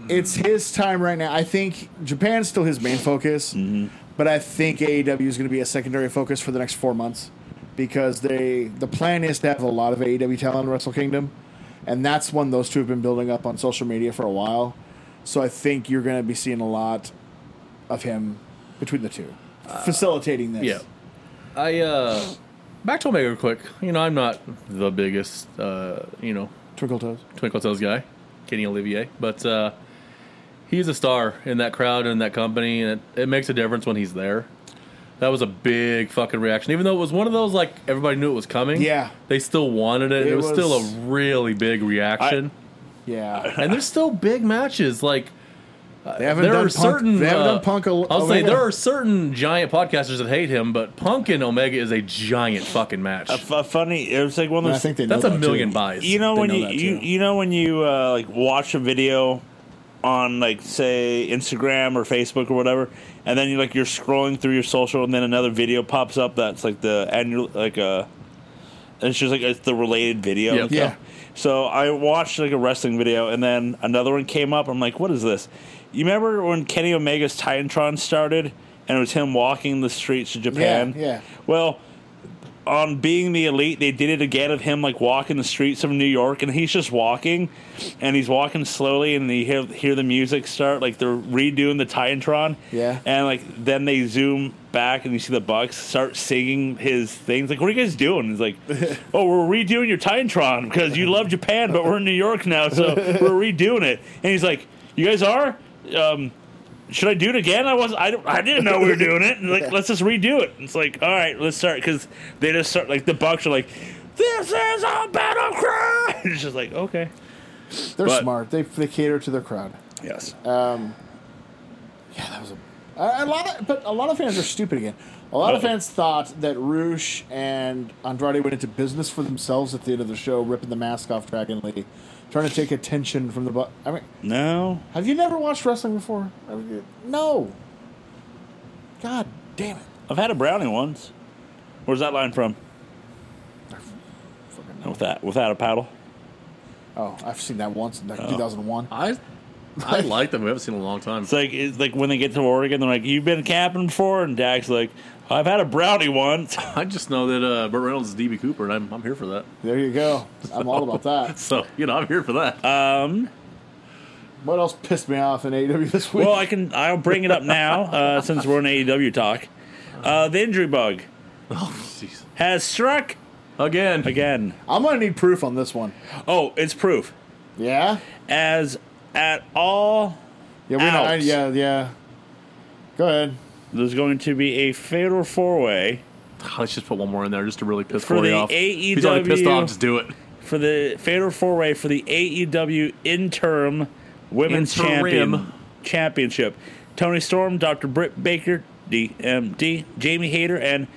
B: it's his time right now. I think Japan's still his main focus,
A: Mm-hmm.
B: but I think AEW is going to be a secondary focus for the next four months because they the plan is to have a lot of AEW talent in Wrestle Kingdom, and that's one those two have been building up on social media for a while. So I think you're going to be seeing a lot of him between the two facilitating this.
A: Uh, Yeah. I uh back to Omega real quick. You know, I'm not the biggest uh, you know,
B: Twinkle Toes.
A: Twinkle Toes guy, Kenny Olivier. But uh, he's a star in that crowd and that company, and it, it makes a difference when he's there. That was a big fucking reaction. Even though it was one of those like everybody knew it was coming.
B: Yeah.
A: They still wanted it. It,
B: It
A: it was, still
B: was-
A: a really big reaction.
B: Yeah,
A: and there's still big matches. Like
B: they haven't
A: Uh, there
B: done
A: are
B: punk,
A: certain.
B: They haven't
A: uh,
B: done Punk. I'll
A: I'll say there are certain giant podcasters that hate him, but Punk and Omega is a giant fucking match.
C: A fu- funny. It was like one of
B: I
C: those.
B: think they know
A: That's a
B: that,
A: million
B: too.
A: buys.
C: you know
B: They
C: when
B: know
C: you,
B: that,
C: you
B: too.
C: you know when you uh, like watch a video on like say Instagram or Facebook or whatever, and then you like you're scrolling through your social, and then another video pops up that's like the annual like a. It's just like it's the related video.
A: Yep.
C: and
B: Yeah.
C: stuff. So I watched like a wrestling video, and then another one came up. I'm like, what is this? You remember when Kenny Omega's Titantron started, and it was him walking the streets of Japan?
B: yeah.
C: Well, on being the elite, they did it again of him like walking the streets of New York, and he's just walking, and he's walking slowly, and you hear hear the music start, like they're redoing the Titantron,
B: Yeah.
C: and like then they zoom back, and you see the Bucks start singing his things, like what are you guys doing? He's like, oh, we're redoing your Titantron because you love Japan, but we're in New York now, so we're redoing it, and he's like, you guys are. Um, should I do it again? I wasn't. I, don't- I didn't know we were doing it. And like, let's just redo it. It's like, all right, let's start because they just start like the Bucks are like, this is a battle cry. [laughs] It's just like okay,
B: They're
C: but-
B: smart. They they cater to their crowd.
C: yes,
B: Yeah, that was a, a, a lot of, but a lot of fans are stupid again. A lot of
C: Oh.
B: fans thought that Roosh and Andrade went into business for themselves at the end of the show, ripping the mask off Dragon Lee, trying to take attention from the. Bu- I mean,
C: no,
B: have you never watched wrestling before? I mean, no. God damn it!
C: I've had a brownie once. Where's that line from? With that, without a paddle.
B: Oh, I've seen that once in like
C: Oh.
B: 2001.
A: I I like them. We haven't seen in a long time.
C: It's like it's like when they get to Oregon, they're like, "You've been camping before," and Dak's like, "I've had a brownie once." [laughs]
A: I just know that uh, Burt Reynolds is DB Cooper, and I'm I'm here for that.
B: There you go. I'm all about
C: [laughs]
B: that.
A: So you know, I'm here for that.
C: Um,
B: What else pissed me off in AEW this week?
C: well, I can. I'll bring it up now uh, since we're in AEW talk. Uh, the injury bug
A: oh, [laughs] jeez.
C: has struck
A: Again,
C: again.
B: I'm gonna need proof on this one.
C: Oh, it's proof.
B: Yeah.
C: As at all,
B: Yeah. We know.
C: Ouch.
B: Yeah. Yeah. Go ahead.
C: there's going to be a fatal four way
A: Ah, let's just put one more in there just to really piss
C: For
A: Corey
C: the
A: off. If He's already pissed
C: AEW
A: off. Just do it.
C: for the fatal four way for the AEW interim women's champion
A: Interim.
C: championship. Tony Storm, Dr. Britt Baker, DMD, Jamie Hayter, and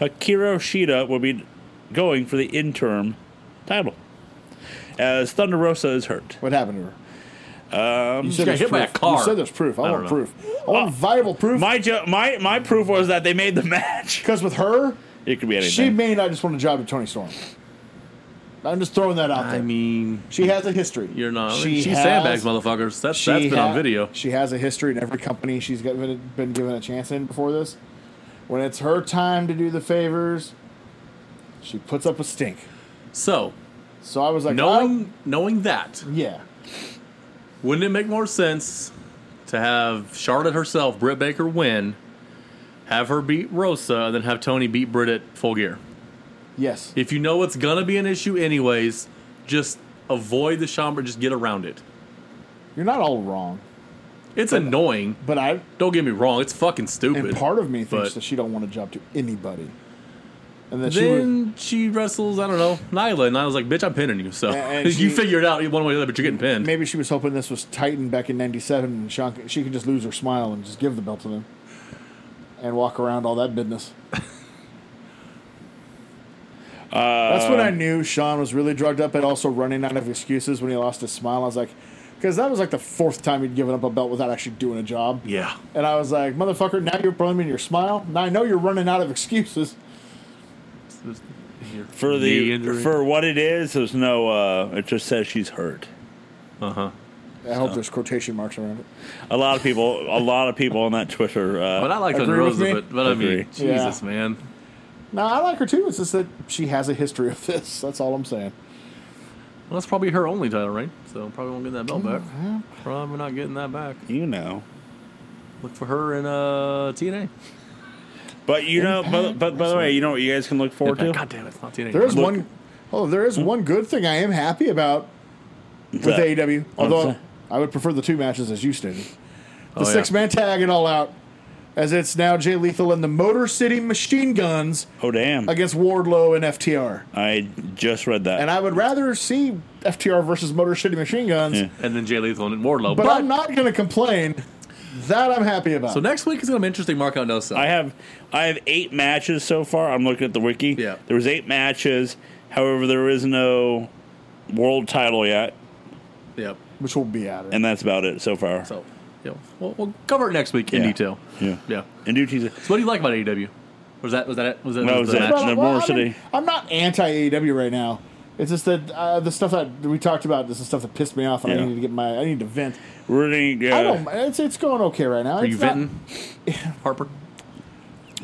C: Hikaru Shida will be going for the interim title. As Thunder Rosa is hurt.
B: What happened to her? Um, you
A: got
B: there's
A: hit by a
B: proof.
A: car.
B: You said there's proof. I,
A: I
B: want
A: don't know. Oh,
B: proof. I want viable proof.
C: My jo- my my proof was that they made the [laughs] match.
B: Because with her,
C: It could be anything.
B: she may not just want a job at Tony Storm. I'm just throwing that out
A: I
B: there.
A: mean,
B: she has a history.
A: you're not.
B: She
A: She,
B: has-
A: sandbags motherfuckers. That's that's been
B: ha-
A: on video.
B: She has a history in every company she's got, been given a chance in before this. When it's her time to do the favors, she puts up a stink.
A: So
B: So I was like,
A: knowing knowing that,
B: I- yeah,
A: wouldn't it make more sense to have Charlotte herself, Britt Baker, win, have her beat Rosa, and then have Tony beat Britt at Full Gear?
B: yes,
A: If you know it's gonna be an issue anyways, just avoid the chamber. Just get around it.
B: you're not all wrong.
A: It's annoying.
B: But I
A: Don't get me wrong. It's fucking stupid.
B: and part of me thinks
A: but-
B: that she don't want a job to anybody, and that she would,
A: Then she wrestles, I don't know, Nyla, and I was like, "Bitch, I'm pinning you." So
B: And- and
A: [laughs]
B: she-
A: you figure it out one way or the other, but you're getting pinned.
B: Maybe she was hoping this was Titan back in '97, and Sean, she could just lose her smile and just give the belt to them, and walk around all that business. That's when I
A: Um,
B: knew Sean was really drugged up and also running out of excuses when he lost his smile. I was like, because that was like the fourth time he'd given up a belt without actually doing a job.
A: yeah,
B: And I was like, motherfucker, now you're blaming your smile. Now I know you're running out of excuses.
C: for
A: Knee
C: the
A: injury.
C: for what it is, there's no. Uh, it just says she's hurt.
A: uh huh.
B: I hope there's quotation marks around it.
C: A lot of people, a lot of people on that Twitter. Uh,
A: But I like Thunder
B: Agree with me?
A: Rosa, but, but I
C: Agree.
A: mean, Jesus, man,
B: No, I like her too. It's just that she has a history of this. That's all I'm saying.
A: well, that's probably her only title, right? So probably won't get that belt back.
B: Mm-hmm.
A: Probably not getting that back.
C: you know,
A: Look for her in uh, TNA.
C: but you know, but, but by the way, you know what you guys can look forward
A: Impact.
C: to.
A: God damn it, it's not TNA.
B: There is
A: anymore.
B: one oh, there is one good thing I am happy about. with AEW. Although
C: that?
B: I would prefer the two matches as you stated, the
A: Oh, yeah.
B: six man tag and all out, as it's now Jay Lethal and the Motor City Machine Guns
C: Oh damn!
B: against Wardlow and FTR.
C: I just read that.
B: And I would rather see FTR versus Motor City Machine Guns,
C: Yeah.
A: and then Jay Lethal and Wardlow.
B: but, I'm not going to complain. That I'm happy about.
A: so next week is going to be interesting. Mark out no sell.
C: I have I have eight matches so far. I'm looking at the wiki.
A: Yeah.
C: There was eight matches. However, there is no world title yet,
A: yep.
B: which will be at it.
C: and that's about it so far.
A: So, yeah, we'll, we'll cover it next week in
C: Yeah.
A: detail.
C: yeah.
A: Yeah.
C: And due to
A: So, what do you like about AEW? Was that was that it? was that,
C: That was
A: the
C: it.
A: match?
C: Well- Number one
B: I mean,
C: city.
B: I'm not anti AEW right now. It's just that uh, the stuff that we talked about, this is stuff that pissed me off, and
C: Yeah.
B: I need to get my, I need to vent.
C: we're gonna,
B: I
C: uh,
B: don't. It's it's going okay right now.
A: Are you venting, Harper?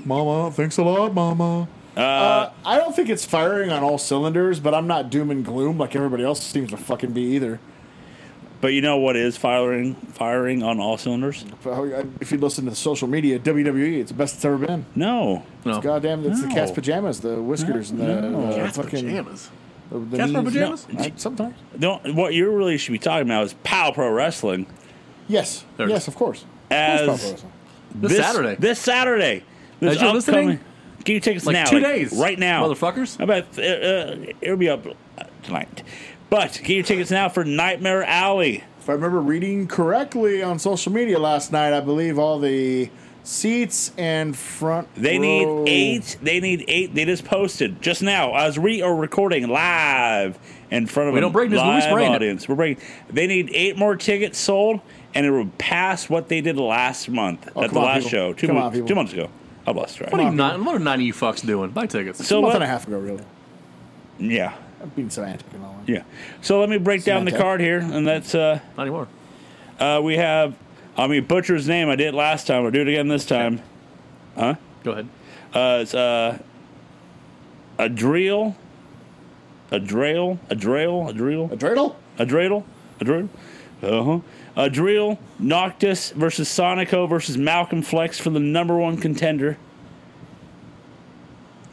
B: Mama? Thanks a lot, Mama. Uh, I don't think it's firing on all cylinders, but I'm not doom and gloom like everybody else seems to fucking be either.
C: but you know what is firing firing on all cylinders?
B: If you listen to the social media, WWE, it's the best it's ever been.
C: No.
A: No.
B: Goddamn, it's the cat's
C: No.
B: pajamas, the whiskers, and the, the
A: Cat's
B: fucking
A: pajamas.
B: The, the
A: Cat's
B: knees.
A: pajamas?
B: I- sometimes.
C: No, what you really should be talking about is POW Pro Wrestling.
B: Yes.
A: There it
B: yes,
A: is.
B: of course.
C: As-
B: Horsepower wrestling.
A: This, Saturday.
C: This Saturday. This
A: As you're listening,
C: upcoming. Get your tickets
A: like
C: now.
A: two days,
C: Right now.
A: motherfuckers.
C: How about uh, uh, it'll be up uh, tonight. But get your tickets now for Nightmare Alley.
B: If I remember reading correctly on social media last night, I believe all the seats and front.
C: They
B: row-
C: need eight. They need eight. They just posted just now as we are recording live in front of
A: We
C: a
A: don't break news, but we
C: live
A: spraying it.
C: audience. We're breaking. They need eight more tickets sold, and it will pass what they did last month at
B: come
C: the
B: on,
C: last
B: people.
C: show two
B: Come on,
C: months,
B: people.
C: two months ago. I lost track.
A: What are you not? What are none of you fucks doing? Buy tickets.
B: A
C: So
B: month
C: let-
B: and a half ago, really.
C: yeah,
B: I'm being semantic and all that.
C: yeah. So let me break down the
B: Samantha.
C: card here, and that's uh,
A: not anymore.
C: uh, we have. I mean, butcher's name. I did it last time. I'll do it again this time.
A: Go ahead.
C: Uh, it's uh, a drill, a drill, a drill, a drill.
B: A dreidel?
C: A dreidel? A dreidel? Uh-huh. A drill, Noctis versus Sonico versus Malcolm Flex for the number one contender.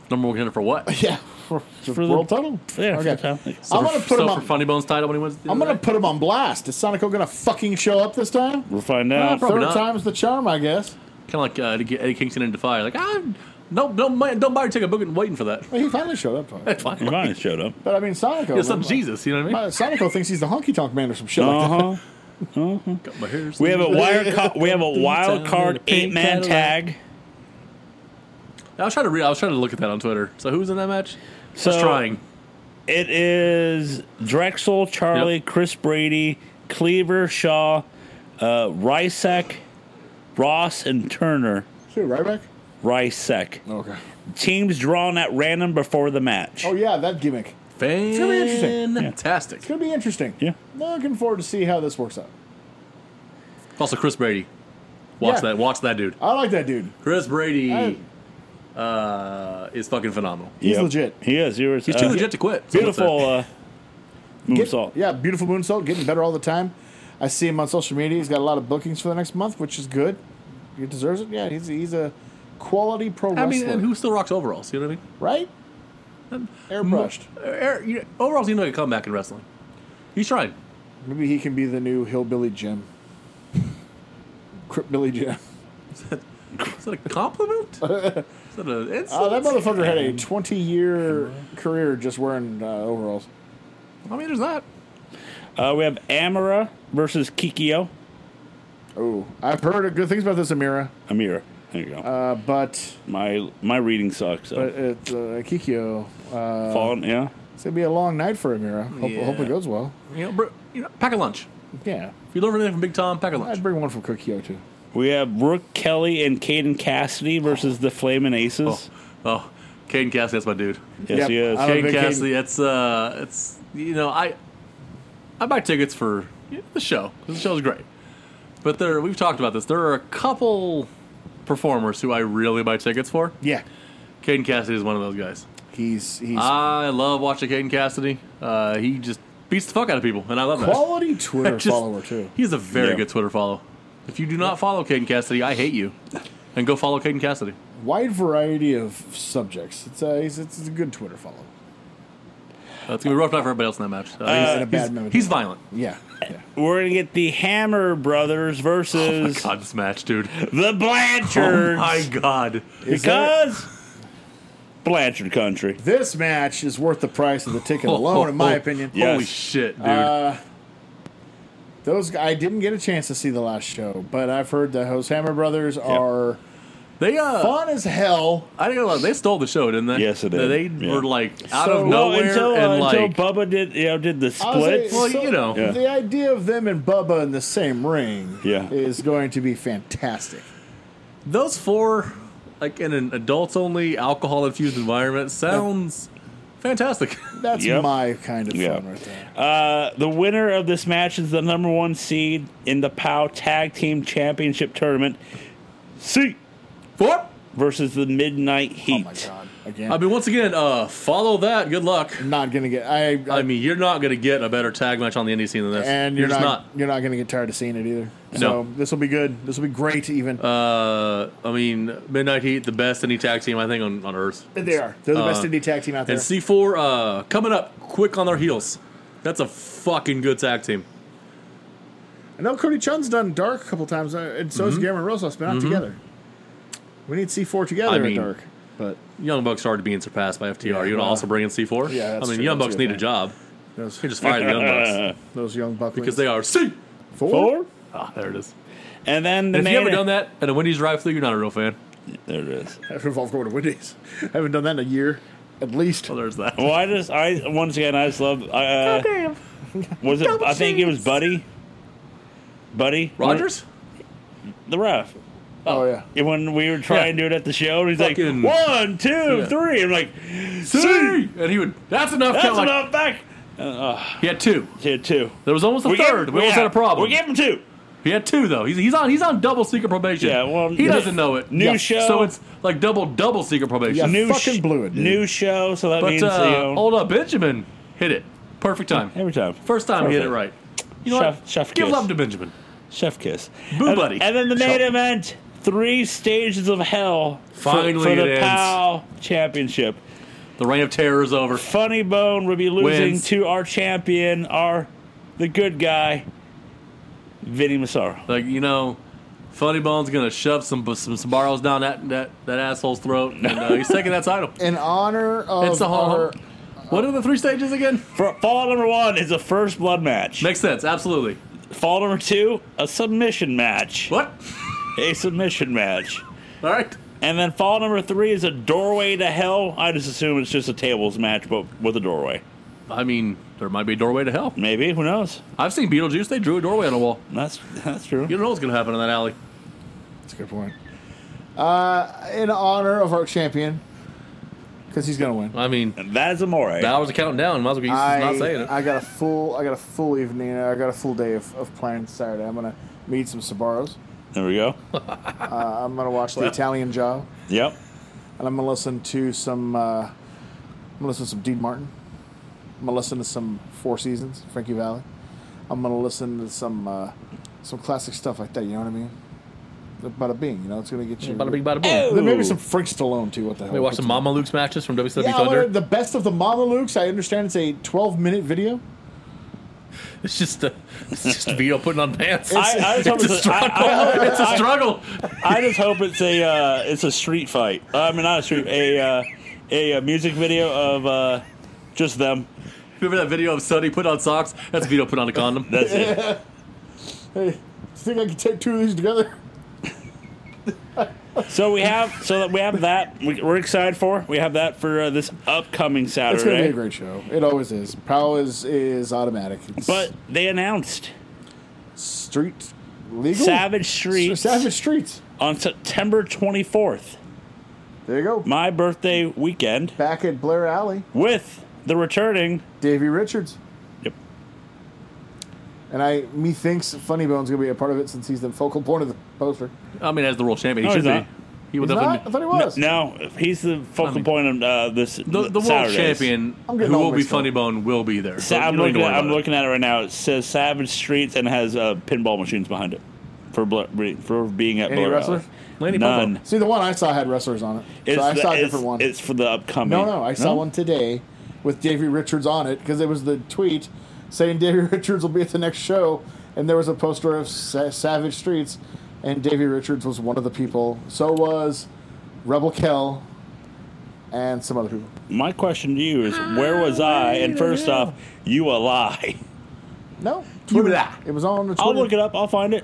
A: Number one contender for what?
B: Yeah. For,
C: For
B: the
C: the-
B: world title?
C: Yeah, for
B: Okay.
C: the title.
B: I'm going to [laughs] put
A: so
B: him
A: for
B: on.
A: Funny Bones title when he wins.
B: I'm gonna put him on blast. Is Sonico gonna fucking show up this time?
C: We'll find
A: Uh,
C: out.
A: probably
B: Third
A: not.
B: time's the charm, I guess.
A: kind of like uh, to get Eddie Kingston and Defy. Like ah, no, don't buy- don't buy your ticket. Book it. Waiting for that. [laughs]
B: Well, he finally showed up. Though.
A: That's fine.
C: Ryan showed up.
B: But I mean, Sonico.
A: It's some Jesus. You know what I
B: Uh,
A: mean?
B: Sonico thinks he's the honky tonk man or some shit like that. [laughs]
C: Uh-huh.
A: Got my hair.
C: We have a wire co- we have a wild
A: Down in a
C: card
A: pink
C: eight man
A: Cadillac.
C: tag.
A: I was trying to read. I was trying to look at that on Twitter. So who's in that match?
C: So
A: Just trying.
C: it is Drexel, Charlie,
A: Yep.
C: Chris Brady, Cleaver, Shaw, uh, Rysek, Ross, and Turner.
B: Dude, right back.
C: Rysek.
B: Okay.
C: Teams drawn at random before the match.
B: Oh yeah, that gimmick. gonna be interesting.
A: Fantastic.
B: It's gonna be interesting.
C: Yeah.
B: Looking forward to see how this works out.
A: Also, Chris Brady. Watch
B: Yeah.
A: that. Watch that dude.
B: I like that dude.
A: Chris
B: I-
A: Brady uh, is fucking phenomenal. Uh,
B: He's
C: Yep.
B: legit.
C: He is. He was, uh,
A: He's too legit to quit. is what it said.
C: Beautiful uh,
B: Get-
C: moonsault.
B: Yeah, beautiful moonsault, getting better all the time. I see him on social media. He's got a lot of bookings for the next month, which is good. He deserves it. Yeah, he's, he's a quality pro wrestler,
A: I mean, and who Um, still rocks overalls? You know what
B: right? Airbrushed.
A: I mean? Er, you know, overalls need to make a comeback in wrestling. He's trying. [laughs]
B: Maybe he can be the new hillbilly Jim. Crip Billy Jim.
A: Is that a
B: [laughs]
A: compliment? is that an insult?
B: Oh, that motherfucker had a 20 year career just wearing uh, overalls.
A: I mean, there's that.
C: Uh, we have Amara versus Kikio.
B: Oh, I've heard good things about this Amira,
C: Amira. There you go.
B: uh, but
C: my my reading sucks. So.
B: but it's uh, Kikyo. Uh,
C: Fallen, yeah.
B: it's gonna be a long night for Amira. Hope,
A: Yeah.
B: hope it goes well.
A: You know, br- you know, pack a lunch.
B: Yeah,
A: If you learn anything from Big Tom, pack a
B: I'd
A: lunch.
B: bring one from Kikyo too.
C: We have Brooke Kelly and Caden Cassidy versus the Flamin' Aces.
A: Oh, Caden Cassidy, that's my dude.
C: Yes,
B: Yep.
C: he is.
B: I love
A: Caden
B: big Caden.
A: Cassidy, that's uh, it's you know, I I buy tickets for the show. 'cause The show's great, but there we've talked about this. There are a couple performers who I really buy tickets for.
B: Yeah,
A: Caden Cassidy is one of those guys.
B: he's he's
A: I love watching Caden Cassidy. Uh, he just beats the fuck out of people, and [laughs] I love that.
B: quality Twitter
A: Just-
B: follower too.
A: He's a very
C: Yeah.
A: good Twitter follow. If you do not follow Caden Cassidy, I hate you. And go follow Caden Cassidy.
B: Wide variety of subjects. It's a he's, it's a good Twitter follower.
A: That's gonna be a rough night for everybody else in that match. Uh, he's-
B: in a bad
A: he's-
B: mood.
A: he's violent.
B: Yeah. yeah.
C: We're gonna get the Hammer Brothers
A: Oh my
C: versus
A: god, this match, dude.
C: the
A: Oh
C: Blanchards
A: my god.
B: Is there-
C: because Blanchard Country.
B: this match is worth the price of
A: [laughs]
B: the ticket alone, in
A: Oh.
B: my opinion.
C: Yes.
A: Holy shit, dude.
B: Uh, those I didn't get a chance to see the last show, but I've heard the Hose Hammer Brothers are
A: they uh
B: fun as hell.
A: I didn't know they stole the show, didn't they?
C: Yes, they did.
A: They
C: Yeah.
A: were like out
B: So-
A: of
B: Well,
A: nowhere
C: Well, until,
A: and
C: uh,
A: like
C: until Bubba did, you know, did
B: I
C: the
B: was like,
C: splits.
A: Well, you know.
C: Yeah.
B: the idea of them and Bubba in the same ring
C: Yeah.
B: is going to be fantastic.
A: those four like in an adults only alcohol infused environment sounds fantastic. [laughs]
B: That's
C: Yep.
B: my kind of fun
C: Yeah.
B: right there. Oh
C: Uh, the winner of this match is the number one seed in the POW Tag Team Championship Tournament. C
A: Four?
C: versus the Midnight
B: Oh
C: Heat.
B: my god! Again,
A: I mean once again, uh follow that. Good luck.
B: not gonna get. I, I,
A: I mean, you're not going to get a better tag match on the indie scene than this.
B: and you're,
A: just
B: not, You're not gonna get tired of seeing it either.
A: No.
B: So this will be good. This will be great. Even
A: Uh, I mean, Midnight Heat, the best indie tag team I think on, on Earth.
B: they are. They're the best indie tag team out there.
A: uh, And C4 uh, coming up quick on their heels. That's a fucking good tag team.
B: I know Cody Chun's done dark a couple times, uh, and so has
A: Mm-hmm.
B: Guillermo Rosas, but not together. We need C4 together
A: I
B: in
A: mean-
B: dark. But
A: Young Bucks already being surpassed by FTR.
B: Yeah,
A: you would
B: well,
A: also bring in C4.
B: yeah, that's
A: I mean,
B: true.
A: Young
B: That's
A: Bucks
B: a
A: need a
B: good point.
A: job.
B: those,
A: You're just firing the
C: [laughs]
A: Young Bucks
B: those young bucks
A: because they are C.
C: Four?
A: Ah, there it is.
C: And then the
A: if
C: main
A: you haven't done that at a Wendy's drive-thru, you're not a real fan.
C: There it is.
B: That involved going to Wendy's. [laughs] I haven't done that in a year, at least.
A: Well, there's that.
C: Well, I just, I once again, I just love. Uh, was it? I think it was Buddy. Buddy
A: Rogers?
C: the ref.
B: Oh yeah,
C: And when we were trying to do it at the show, he's
A: Fucking-
C: like, one, two,
A: Yeah.
C: three." I'm like,
A: C! And he would, that's enough.
C: that's
A: count, like-
C: enough back.
A: He had two.
C: He had two.
A: There was almost a
C: gave-
A: third. we almost
C: yeah,
A: had a problem.
C: We gave him two.
A: He had two though. He's, he's on he's on double secret probation.
C: Yeah, well,
A: he doesn't know it.
C: New
B: Yeah.
C: show.
A: So it's like double double secret probation.
B: Yeah.
C: new
B: fucking blew it, dude.
C: New show, so that
A: But
C: means you
A: uh,
C: know,
A: old uh, Benjamin hit it perfect time.
C: every time.
A: First time he hit it
C: Perfect.
A: right. You know
C: Chef-
A: what?
C: chef
A: Give
C: kiss.
A: love to Benjamin.
C: Chef kiss.
A: Boo
C: and,
A: buddy.
C: And then the main
A: Chef.
C: event, three stages of hell for-
A: Finally
C: for,
A: it
C: the
A: ends.
C: PAL championship.
A: The reign of terror is over.
C: Funny Bone will be losing
A: Wins.
C: to our champion, our the good guy, Vinny Massaro.
A: Like you know, Funny Bone's gonna shove some some, some barrels down that, that that asshole's throat, and uh, he's taking that
B: [laughs]
A: title.
B: in honor of
A: It's a whole.
B: our- uh,
A: What are the three stages again?
C: For fall number one is a first blood match.
A: Makes sense. Absolutely.
C: Fall number two, a submission match.
A: What?
C: A submission match.
A: All right.
C: And then fall number three is a doorway to hell. I just assume it's just a tables match, but with a doorway.
A: I mean, there might be a doorway to hell.
C: Maybe who knows?
A: I've seen Beetlejuice. They drew a doorway on a wall.
C: That's that's true.
A: You don't know what's gonna happen in that alley.
B: That's a good point. Uh, in honor of our champion, because he's gonna win.
A: I mean,
C: That is amore.
A: the hours are counting down. Might as well get used to not saying it.
B: I got a full I got a full evening. uh, I got a full day of, of plans Saturday. I'm gonna meet some Sabaros.
C: There we go.
B: Uh, I'm gonna watch the Italian Job,
C: Yep.
B: and I'm gonna listen to some. Uh, I'm gonna listen to some Dean Martin. I'm gonna listen to some Four Seasons, Frankie Valley. I'm gonna listen to some uh, some classic stuff like that. You know what I mean? Bada bing, you know, it's gonna get you.
A: Bada bing, bada boom.
C: Ew.
B: Then maybe some Frank Stallone too. What the hell?
A: We watched some
B: What's-
A: Mama Luke's matches from WCW
B: Yeah, I
A: Thunder.
B: wanna- the best of the Mama Lukes. I understand it's a 12 minute video.
A: It's just, a, it's just Vito putting on pants.
C: I, I just hope
A: [laughs] it's a
C: it's a, I,
A: struggle.
C: I,
A: [laughs]
C: hope,
A: it's a struggle.
C: I just hope it's a uh, it's a street fight. Uh, I mean, not a street a uh, a, uh music video of uh, just them.
A: Remember that video of Sonny put on socks? That's Vito put on a condom. [laughs]
C: That's it.
B: Hey, do you think I can take two of these together? [laughs]
C: So we have so that we have that we, we're excited for. We have that for uh, this upcoming Saturday.
B: It's going to be a great show. It always is. Pow is, is automatic. It's
C: but they announced
B: street legal?
C: Savage
B: S-
C: Street
B: Savage Streets.
C: on September 24th,
B: There you go.
C: my birthday weekend,
B: Back at Blair Alley,
C: with the returning.
B: Davy Richards.
C: Yep.
B: And I, methinks Funny Bone's going to be a part of it since he's the focal point of the poster.
A: I mean, as the world champion,
C: No,
A: he
C: he's
A: should be.
C: not.
A: He would
B: He's not? I
A: definitely.
B: thought he was.
C: No, he's the focal
A: I mean- point
C: point of uh, this.
A: The, the world champion,
B: I'm
A: who
B: getting all
A: will be
B: mixed up.
A: Funny Bone, will be there. So
C: I'm,
A: you don't need to
C: looking
A: worry
C: at, I'm
A: about it.
C: looking at it right now. It says Savage Streets and has uh, pinball machines behind it for Bla- for being at
B: Any
C: Blair
B: wrestler?
C: Alley.
A: Laney
C: None.
A: Bubba.
B: See, the one I saw had wrestlers on it.
C: It's
B: so I
C: the-
B: saw a
C: it's-
B: different one.
C: It's for the upcoming.
B: No, no, I saw one today with Davey Richards on it because it was the tweet saying [laughs] Davey Richards will be at the next show, and there was a poster of Sa- Savage Streets, and Davey Richards was one of the people. So was Rebel Kell and some other people.
C: My question to you is, where was I? And first off, you a lie.
B: No,
A: You
B: Twitter.
A: lie.
B: It was on the Twitter.
C: I'll look it up. I'll find it.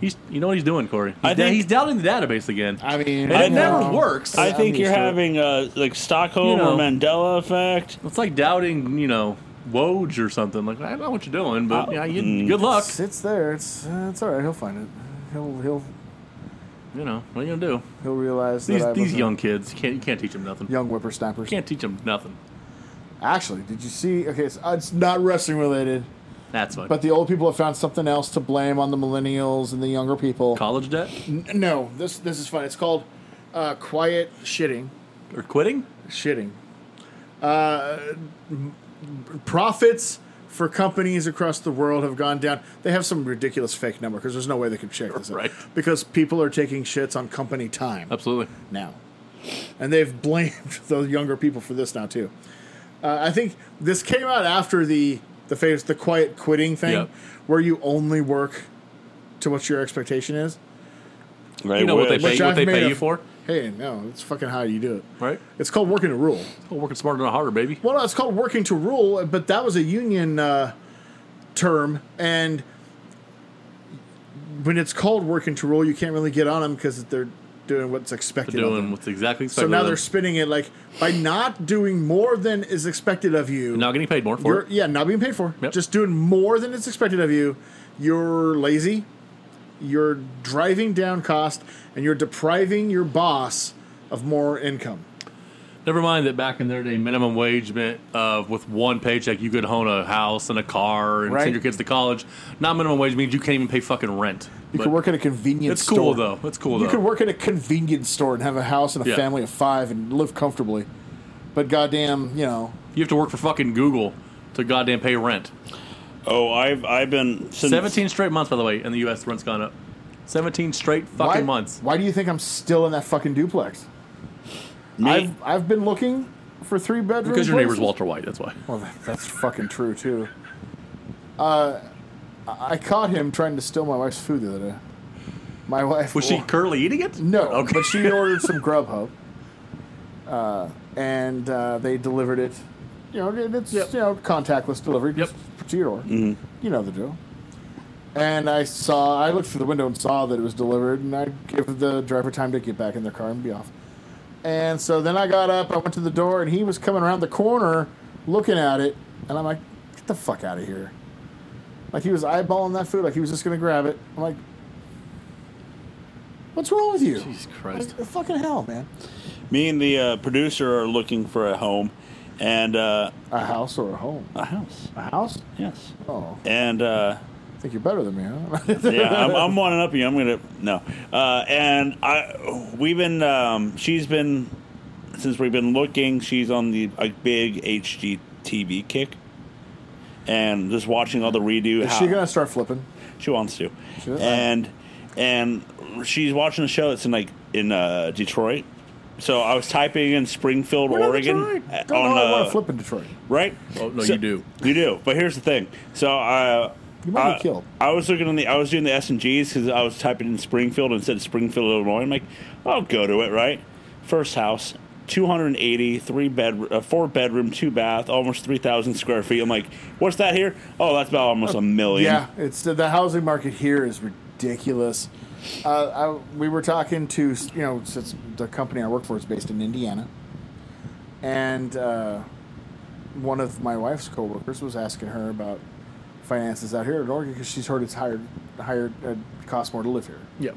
A: He's, you know what he's doing, Corey. He's,
C: I
A: da-
C: think-
A: he's doubting the database again.
B: I mean,
A: and it
B: you
A: never
B: know.
A: works.
C: I
B: Uh, I'm
C: think you're
B: used to it.
C: having uh like Stockholm
A: You know.
C: or Mandela effect.
A: it's like doubting, you know, Woj or something. Like, I don't know what you're doing, but
C: Oh.
A: yeah, you,
C: Mm.
A: good luck.
B: It's, it's there. It's uh, it's all right. He'll find it. He'll he'll
A: You know, what are you gonna do?
B: he'll realize
A: These
B: that I
A: these
B: wasn't-
A: young kids, you can't you can't teach them nothing.
B: young whippersnappers.
A: Can't teach them nothing.
B: Actually, did you see? Okay, so uh, it's not wrestling related,
A: That's what.
B: but the old people have found something else to blame on the millennials and the younger people.
A: college debt
B: N- no, this this is fun. It's called uh, quiet shitting.
A: or quitting?
B: Shitting. Uh, m- profits for companies across the world have gone down. They have some ridiculous fake number because there's no way they can check this. out.
A: Right.
B: Because people are taking shits on company time.
A: Absolutely.
B: now. And they've [laughs] blamed the younger people for this now too. Uh, I think this came out after the the famous the quiet quitting thing,
A: Yep.
B: where you only work to what your expectation is.
C: Right,
A: You know what they
C: which-
A: pay,
B: Which
A: what
B: I've
A: they
B: made
A: pay
B: a-
A: you for,
B: Hey, no, it's fucking how you do it.
A: right?
B: It's called working to rule.
A: Well, working smarter, not harder, baby.
B: Well, no, it's called working to rule, but that was a union uh, term, and when it's called working to rule, you can't really get on them because they're doing what's expected.
A: They're
B: of them.
A: doing what's exactly
B: So
A: expected.
B: now
A: of them.
B: they're spinning it like by not doing more than is expected of you.
A: not getting paid more for
B: you're
A: it.
B: yeah, not being paid for.
A: Yep.
B: Just doing more than is expected of you. You're lazy. You're driving down cost, and you're depriving your boss of more income.
A: Never mind that back in their day, minimum wage meant of with one paycheck you could own a house and a car and
B: Right.
A: send your kids to college. Not minimum wage means you can't even pay fucking rent.
B: You
A: But
B: could work at a convenience.
A: it's
B: store.
A: cool though. It's cool
B: You
A: though.
B: could work at a convenience store and have a house and a
A: Yeah.
B: family of five and live comfortably. But goddamn, you know,
A: you have to work for fucking Google to goddamn pay rent.
C: Oh, I've I've been since
A: Seventeen straight months, by the way, in the U.S. rent's gone up. Seventeen straight fucking
B: why,
A: months.
B: Why do you think I'm still in that fucking duplex?
C: Me-
B: I've I've been looking for three bedrooms
A: Because your neighbor's Walter White, that's why.
B: Well, that, that's fucking true too. Uh, I I caught him trying to steal my wife's food the other day. My wife
A: Was she currently eating it? [laughs]
B: no,
A: Okay.
B: but she ordered some Grubhub, uh, and uh, they delivered it. You know, it- it's
A: Yep.
B: you know contactless delivery
A: Yep.
B: just to your door.
A: Mm-hmm.
B: You know the drill. And I saw, I looked through the window and saw that it was delivered, and I gave the driver time to get back in their car and be off. And so then I got up, I went to the door, and he was coming around the corner looking at it, and I'm like, get the fuck out of here. Like he was eyeballing that food, like he was just gonna grab it. I'm like, what's wrong with you?
A: Jesus Christ.
B: Like, fucking hell, man.
C: me and the uh, producer are looking for a home and uh,
B: A house or a home?
C: a house.
B: A house?
C: Yes.
B: Oh,
C: And uh,
B: I think you're better than me, huh?
C: yeah,
B: [laughs]
C: I'm,
A: [laughs]
C: I'm wanting up you. I'm gonna no. Uh, and I we've been um, she's been since we've been looking. She's on the a big HGTV kick and just watching all the redo.
B: Is
C: how-
B: she gonna start flipping?
C: She wants to.
B: She does.
C: and and she's watching a show that's in like in uh, Detroit. So I was typing in Springfield,
B: We're not
C: Oregon,
B: Detroit.
C: uh,
B: Don't know I
C: on
B: want
C: uh,
B: to flip in Detroit.
C: right.
A: Oh, no,
C: So-
A: you do.
C: You do. But here's the thing. So I.
B: You might
C: I-
B: be killed.
C: I was looking on the. I was doing the S and Gs because I was typing in Springfield and it said Springfield, Illinois. I'm like, I'll go to it. Right. First house. 280, three bed, uh, four bedroom, two bath, almost 3,000 square feet. I'm like, what's that here? Oh, that's about almost a million.
B: Uh, Yeah, it's the, the housing market here is ridiculous. Uh, I, we were talking to you know since the company I work for is based in Indiana, and uh, one of my wife's coworkers was asking her about finances out here in Oregon because she's heard it's higher, higher uh, costs more to live here,
A: Yeah.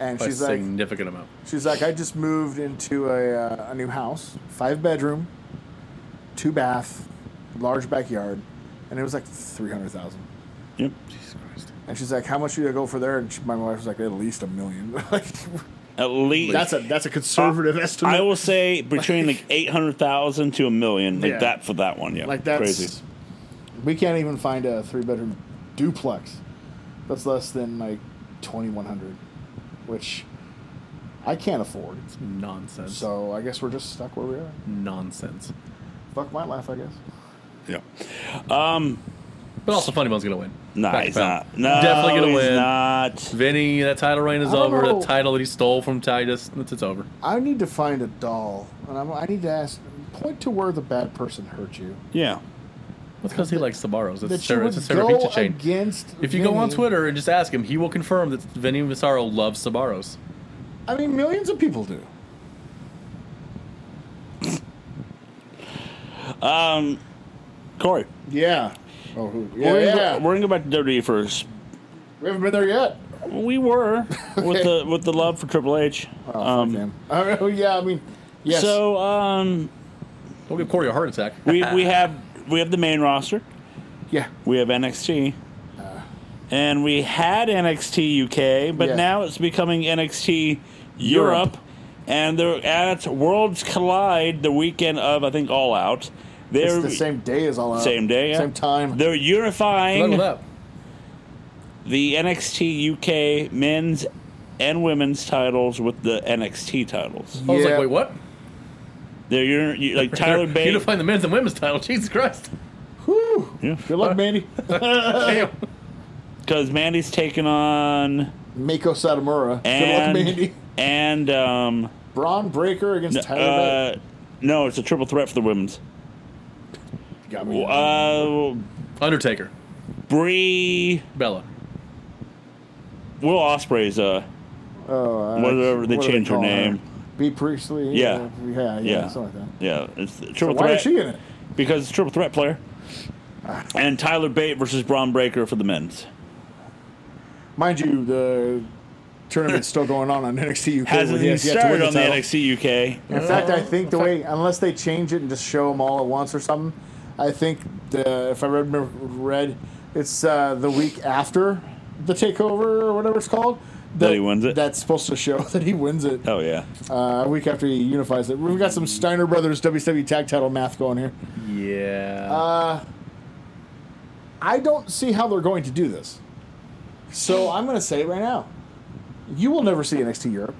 B: and
A: By a
B: she's like,
A: significant amount.
B: She's like, I just moved into a, uh, a new house, five bedroom, two bath, large backyard, and it was like three hundred thousand.
C: Yep.
A: Jesus Christ.
B: And she's like, "How much do you go for there?" And she, my wife was like, "At least a million. [laughs] like,
C: At least.
B: that's a that's a conservative estimate.
C: I
B: [laughs]
C: will say between like eight hundred thousand to a million, like
B: Yeah.
C: that for that one. Yeah,
B: like that's
C: crazy.
B: we can't even find a three bedroom duplex that's less than like twenty one hundred, which I can't afford.
A: Nonsense.
B: So I guess we're just stuck where we are.
A: Nonsense.
B: Fuck my life, I guess.
C: Yeah.
A: But also, Funny Bone's gonna win.
C: Nah,
A: Back
C: he's
A: to
C: not.
A: back.
C: No,
A: definitely gonna
C: he's
A: win.
C: Not.
A: Vinny, that title reign is
B: I don't
A: over.
B: know.
A: The title that he stole from Titus, it's, it's over.
B: I need to find a doll, and I'm, I need to ask. Point to where the bad person hurt you.
C: Yeah.
A: That's because he likes Sabaros. It's a
B: That you
A: Sarah,
B: would
A: it's a Sarah
B: go
A: pizza chain.
B: against.
A: If you go on
B: Vinny.
A: Twitter and just ask him, he will confirm that Vinny Massaro loves Sabaros.
B: I mean, millions of people do.
C: Um, Corey,
B: Yeah. Oh, who? Yeah,
C: we're,
B: yeah.
C: Gonna, we're gonna go back to WWE first.
B: we haven't been there yet. [laughs]
C: We were with the with the love for Triple H.
B: Oh,
C: um,
B: fuck him. [laughs] Oh, yeah. I mean, yes.
C: So um,
A: Don't give Corey a heart attack.
C: we we have we have the main roster.
B: yeah.
C: We have NXT. And we had NXT UK, but
B: Uh. Yeah.
C: now it's becoming NXT Europe.
B: Europe.
C: And they're at Worlds Collide the weekend of, I think, All Out. They're
B: It's the same day as all. Out.
C: same day, yeah.
B: Same time.
C: They're
A: [laughs]
C: unifying
A: Level up.
C: the NXT UK men's and women's titles with the NXT titles.
A: I was
B: Yeah.
A: like, wait, what?
C: They're uni- you- like Tyler
A: They're
C: Bate.
A: Unifying the men's and women's title. [laughs] Jesus
C: [laughs]
A: Christ.
B: Whew.
C: Yeah.
B: Good luck, Mandy.
A: Damn.
C: Because Mandy's taking on
B: Mako Satomura.
C: and
B: Good luck, Mandy.
C: and um
B: Braun Breaker against Tyler.
C: uh, no, it's a triple threat for the women's.
B: Bate. Got me.
C: Uh,
A: Undertaker.
C: Bree,
A: Bella.
C: Will Osprey's. Uh,
B: oh, uh,
C: whatever they
B: what do
C: changed her
B: call
C: name.
B: B Priestley.
C: Yeah.
B: Yeah. Yeah.
C: Yeah.
B: Something like that.
C: yeah, it's the triple
B: Why
C: threat
B: is she in it?
C: because it's a triple threat player. And Tyler Bate versus Braun Breaker for the men's
B: Mind you, the tournament's still going on on NXT UK.
C: hasn't
B: where he
C: even
B: has yet to win
C: started on the
B: title.
C: NXT UK.
B: In fact, I think the way, unless they change it and just show them all at once or something, I think the, if I remember read, it's uh, the week after the takeover or whatever it's called.
C: That he wins it?
B: That's supposed to show [laughs] that he wins it.
C: Oh yeah,
B: Uh, a week after he unifies it. We've got some Steiner Brothers WWE tag title math going here.
A: Yeah.
B: Uh, I don't see how they're going to do this. So I'm going to say it right now. You will never see NXT Europe.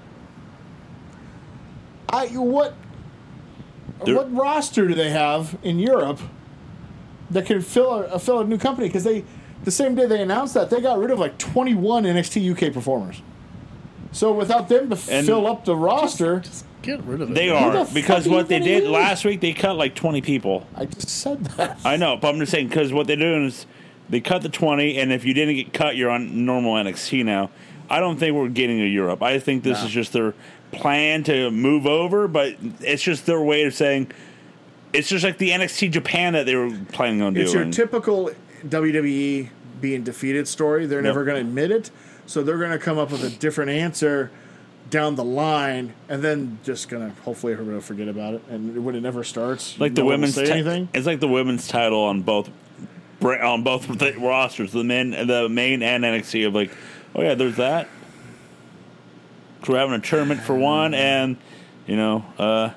B: I what
C: They're-
B: what roster do they have in Europe that could fill a, a fill a new company because they the same day they announced that they got rid of like 21 NXT UK performers. So without them to
C: And-
B: fill up the
C: [laughs]
B: roster,
A: just get rid of it.
C: they
A: man.
C: are
B: the
C: because
B: fuck are
C: what
B: you
C: they
B: gonna
C: did
B: use?
C: last week they cut like twenty people.
B: I just said that.
C: I know, but I'm just saying because what they're doing is they cut the 20, and if you didn't get cut, you're on normal NXT now. I don't think we're getting to Europe. I think this is just their plan to move over, but it's just their way of saying it's just like the NXT Japan that they were planning on
B: It's
C: doing.
B: your typical WWE being defeated story. They're never going to admit it, so they're going to come up with a different answer down the line, and then just going to hopefully everybody will forget about it. And when it never starts,
C: like the
B: no one will
C: women's
B: say
C: ti-
B: anything.
C: It's like the women's title on both bra- on both [laughs] th- rosters, the men, the main and NXT of like, oh yeah, there's that. 'Cause We're having a tournament for one, and you know, uh,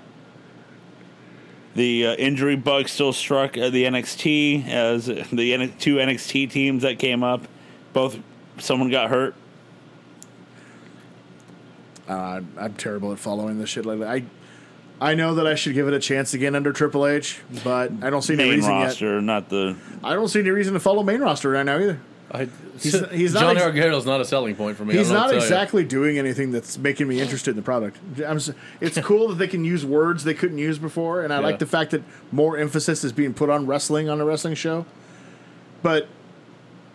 C: the uh, injury bug still struck uh, the NXT as [laughs] the N- two NXT teams that came up, both someone got hurt.
B: Uh, I'm terrible at following this shit lately. I I know that I should give it a chance again under Triple H, but I don't see any
C: Main
B: reason
C: roster, not the
B: yet. I don't see any reason to follow main roster right now either.
A: I,
B: He's- he's not
A: Johnny
B: ex-
A: Gargano's not a selling point for me. I
B: He's
A: don't know what
B: not
A: to tell you.
B: exactly doing anything that's making me interested in the product. I'm s it's cool that they can use words they couldn't use before, and I
A: Yeah.
B: like the fact that more emphasis is being put on wrestling on a wrestling show. But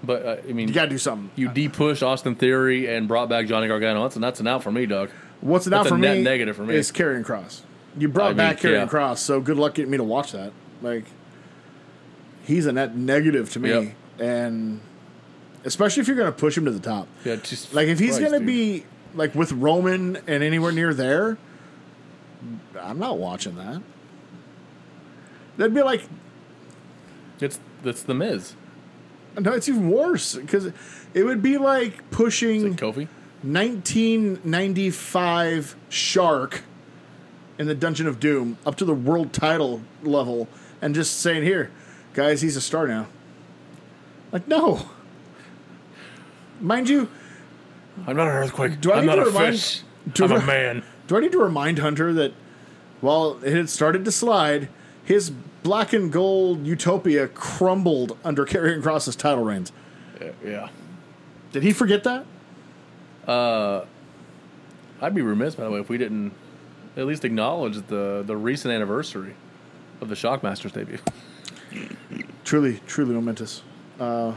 A: But uh, I mean,
B: you
A: you,
B: gotta do something.
A: de-pushed Austin Theory and brought back Johnny Gargano. That's, that's an out for me, Doug.
B: What's not
A: That's a
B: for me?
A: net negative for me.
B: Is Karrion Cross? You brought
A: I mean,
B: back Karrion
A: yeah.
B: Cross, so good luck getting me to watch that. Like, he's a net negative to me,
A: Yep.
B: and especially if you're gonna push him to the top.
A: Yeah, just
B: Like if he's
A: Christ,
B: gonna
A: dude.
B: be like with Roman and anywhere near there, I'm not watching that. That'd be like
A: it's it's the Miz,
B: no, it's even worse because it would be like pushing
A: like Kofi.
B: 1995 Shark in the Dungeon of Doom up to the world title level and just saying here, guys, he's a star now. Like no, mind you,
A: I'm not an earthquake.
B: Do I
A: I'm
B: need
A: not
B: to
A: a
B: remind-
A: fish.
B: do
A: I'm a
B: I-
A: man.
B: Do I need to remind Hunter that while it had started to slide, his black and gold utopia crumbled under Karrion Cross's title reigns.
A: Yeah.
B: Did he forget that?
A: I'd be remiss, by the way, if we didn't at least acknowledge the, the recent anniversary of the Shockmaster's
B: [laughs]
A: debut.
B: Truly, truly momentous. Uh,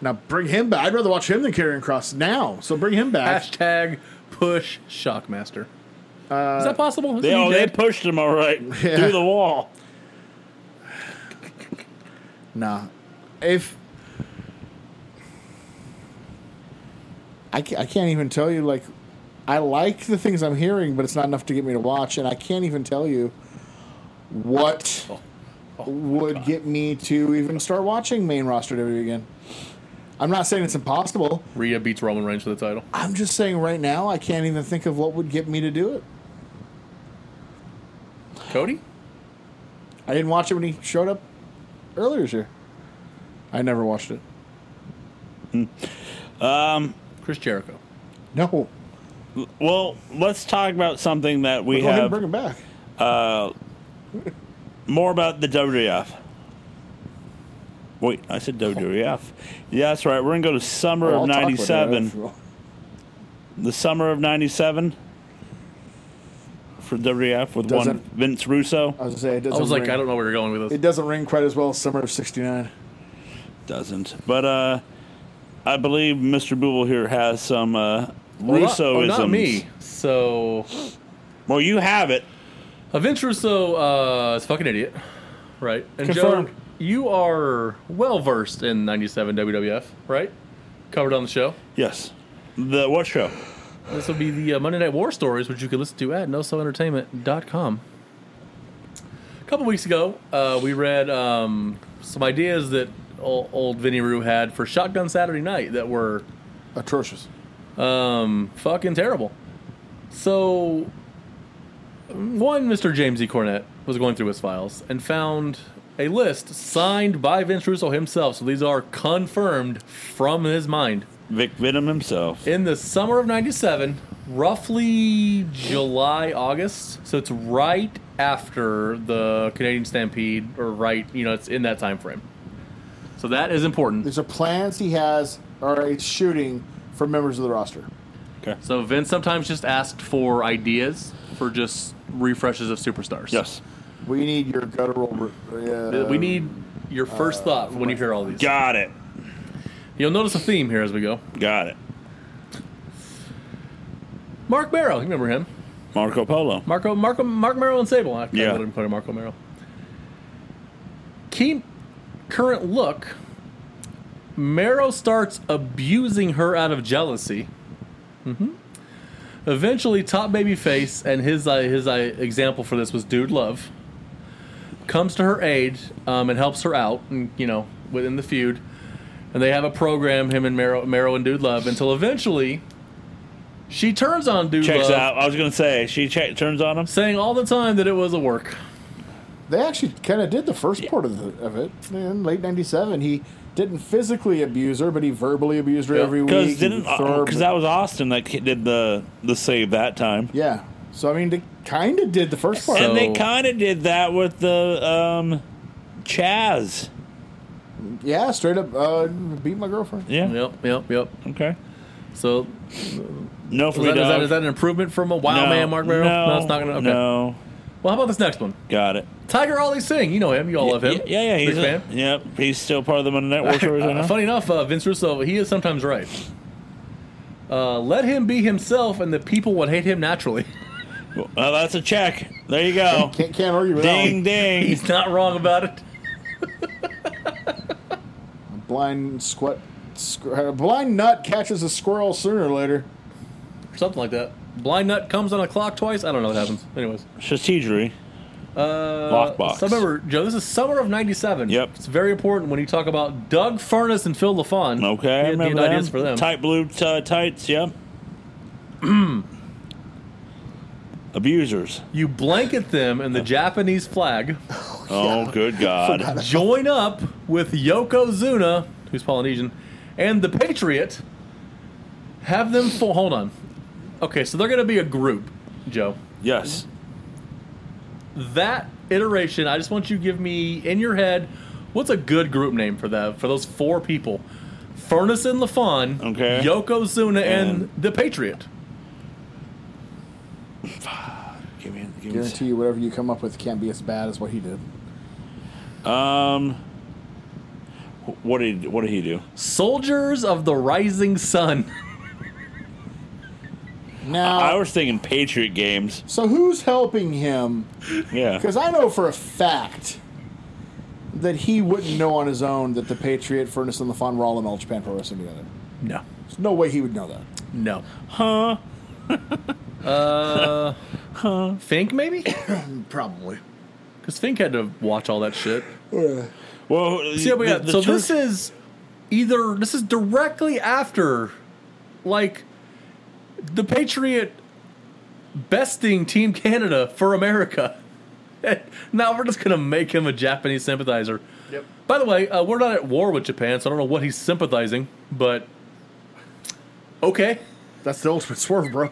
B: now bring him back. I'd rather watch him than Karrion Cross now. So bring him back.
A: Hashtag push Shockmaster. Is that possible? Is
C: They,
A: he
C: oh, they
A: dead?
C: pushed him all
B: [laughs]
C: right through the wall.
B: Nah. If I can't, I can't even tell you like I like the things I'm hearing, but it's not enough to get me to watch, and I can't even tell you what would get me to even start watching main roster WWE again. I'm not saying it's impossible.
A: Rhea beats Roman Reigns for the title.
B: I'm just saying right now I can't even think of what would get me to do it.
A: Cody?
B: I didn't watch it when he showed up earlier this year. I never watched it.
A: Chris Jericho.
B: No.
C: Well, let's talk about something that we
B: Go ahead and
C: have
B: bring him back.
C: more about the WWF. Wait, I said WWF. Yeah, that's right. We're gonna go to summer
B: I'll
C: of
B: talk with him
C: '97.
B: after all.
C: the summer of '97 for WWF with one
B: Doesn't-
C: Vince
B: I
C: Russo.
B: was gonna say it doesn't.
A: I was like,
B: ring,
A: I don't know where you're going with
B: It
A: this.
B: doesn't ring quite as well as Summer of '69.
C: Doesn't, but uh, I believe Mr. Booble here has some uh,
A: Well, not-
C: Russoisms.
A: oh, not me. So,
C: Well, you have it.
A: uh, Vince Russo uh, is a fucking idiot, right? And
B: Confirmed.
A: Joe, you are well versed in '97 WWF, right? Covered on the show.
C: Yes. The what show?
A: This will be the uh, Monday Night War stories, which you can listen to at nosoentertainment.com. A couple weeks ago, uh, we read um, some ideas that old, old Vinny Rue had for Shotgun Saturday Night that were
B: Atrocious.
A: um, fucking terrible. So, one, Mr. James E. Cornett was going through his files and found a list signed by Vince Russo himself. So these are confirmed from his mind.
C: Vic Venom himself.
A: In the summer of 97, roughly July, August, so it's right after the Canadian Stampede, or right, you know, it's in that time frame. So that is important.
B: These are plans he has, or it's shooting for members of the roster.
A: So Vince sometimes just asked for ideas for just refreshes of superstars.
C: Yes.
B: We need your guttural. Uh,
A: We need your first thought when you hear all these.
C: Got it.
A: You'll notice a theme here as we go.
C: Got it.
A: Mark Merrow, you remember him?
C: Marco Polo.
A: Marco, Marco, Mark Merrill and Sable. I
C: Yeah.
A: yeah. would put Marco Merrill. Key current look. Marrow starts abusing her out of jealousy. hmm Eventually, top baby face and his uh, his uh, example for this was Dude Love. Comes to her aid um, and helps her out, and you know within the feud, and they have a program him and Marrow, Marrow and Dude Love until eventually, she turns on Dude
C: Checks
A: Love
C: out. I was gonna say she check, turns on him.
A: saying all the time that it was a work.
B: They actually kind of did the first part of, the, of it in late '97. He didn't physically abuse her, but he verbally abused her
A: Yeah,
B: every week.
C: Because
B: He
C: didn't
B: throw her-
C: because that was Austin that ki- did the the save that time.
B: yeah. So I mean, they kind of did the first part.
A: So-
C: And they kind of did that with the um, Chaz.
B: yeah, straight up uh, beat my girlfriend.
C: Yeah.
A: Yep, yep, yep.
C: Okay.
A: So
C: No for
A: is
C: me,
A: that, is, that,
C: dog.
A: is that an improvement from a Wow
C: no,
A: Man Mark Merrill?
C: No,
A: it's not gonna. Okay.
C: No.
A: Well, how about this next one?
C: Got it.
A: Tiger Ali Singh. You know him. You all love him.
C: Yeah, yeah, he's
A: Big
C: a,
A: fan.
C: Yep, he's still part of the Monday
A: [laughs]
C: Night War Stories right
A: Uh,
C: now.
A: funny enough, uh, Vince Russo, he is sometimes right. Uh, let him be himself, and the people would hate him naturally. [laughs]
C: Well, that's a check. There you go.
B: Can't can't argue with
C: ding,
B: that.
C: ding.
A: He's not wrong about it.
B: one. Blind squat. Squ- uh, blind nut catches a squirrel sooner or later.
A: Something like that. Blind nut comes on a clock twice. I don't know what happens. Anyways,
C: Strategery.
A: uh,
C: Lockbox.
A: So remember, Joe, this is summer of '97.
C: Yep.
A: it's very important when you talk about Doug Furness and Phil LaFon. he
C: Okay, I
A: had
C: remember
A: good
C: them.
A: ideas for them.
C: Tight blue uh, tights. Yep. [clears throat] Abusers.
A: You blanket them in the Japanese flag,
C: Oh, good God.
A: join up with Yokozuna, who's Polynesian, and the Patriot. Have them full. Hold on. Okay, so they're going to be a group, Joe.
C: yes.
A: That iteration, I just want you to give me in your head what's a good group name for that for those four people: Furnace and LaFon,
C: Okay.
A: Yokozuna, and,
C: And-
A: the Patriot.
C: Give me, give me a
B: Guarantee
C: second.
B: you, whatever you come up with can't be as bad as what he did.
C: Um, wh- what did what did he do?
A: Soldiers of the Rising Sun. [laughs]
C: I
A: Oh.
B: Now,
C: was thinking Patriot games.
B: so who's helping him?
C: Yeah.
B: Because I know for a fact that he wouldn't know on his own that the Patriot, Furnace, and the Fun were all in all Japan Pro Wrestling together.
A: No,
B: There's no way he would know that.
A: no.
C: Huh. [laughs]
A: Uh, Fink maybe?
B: Probably.
A: Because Fink had to watch all that shit.
C: Well,
A: See, we
C: the-
A: got,
C: the
A: so
C: truth-
A: this is either this is directly after, like, the Patriot besting Team Canada for America. [laughs] now we're just gonna make him a Japanese sympathizer.
B: Yep.
A: By the way, uh, we're not at war with Japan, so I don't know what he's sympathizing, but okay. [laughs]
B: That's the ultimate swerve, bro.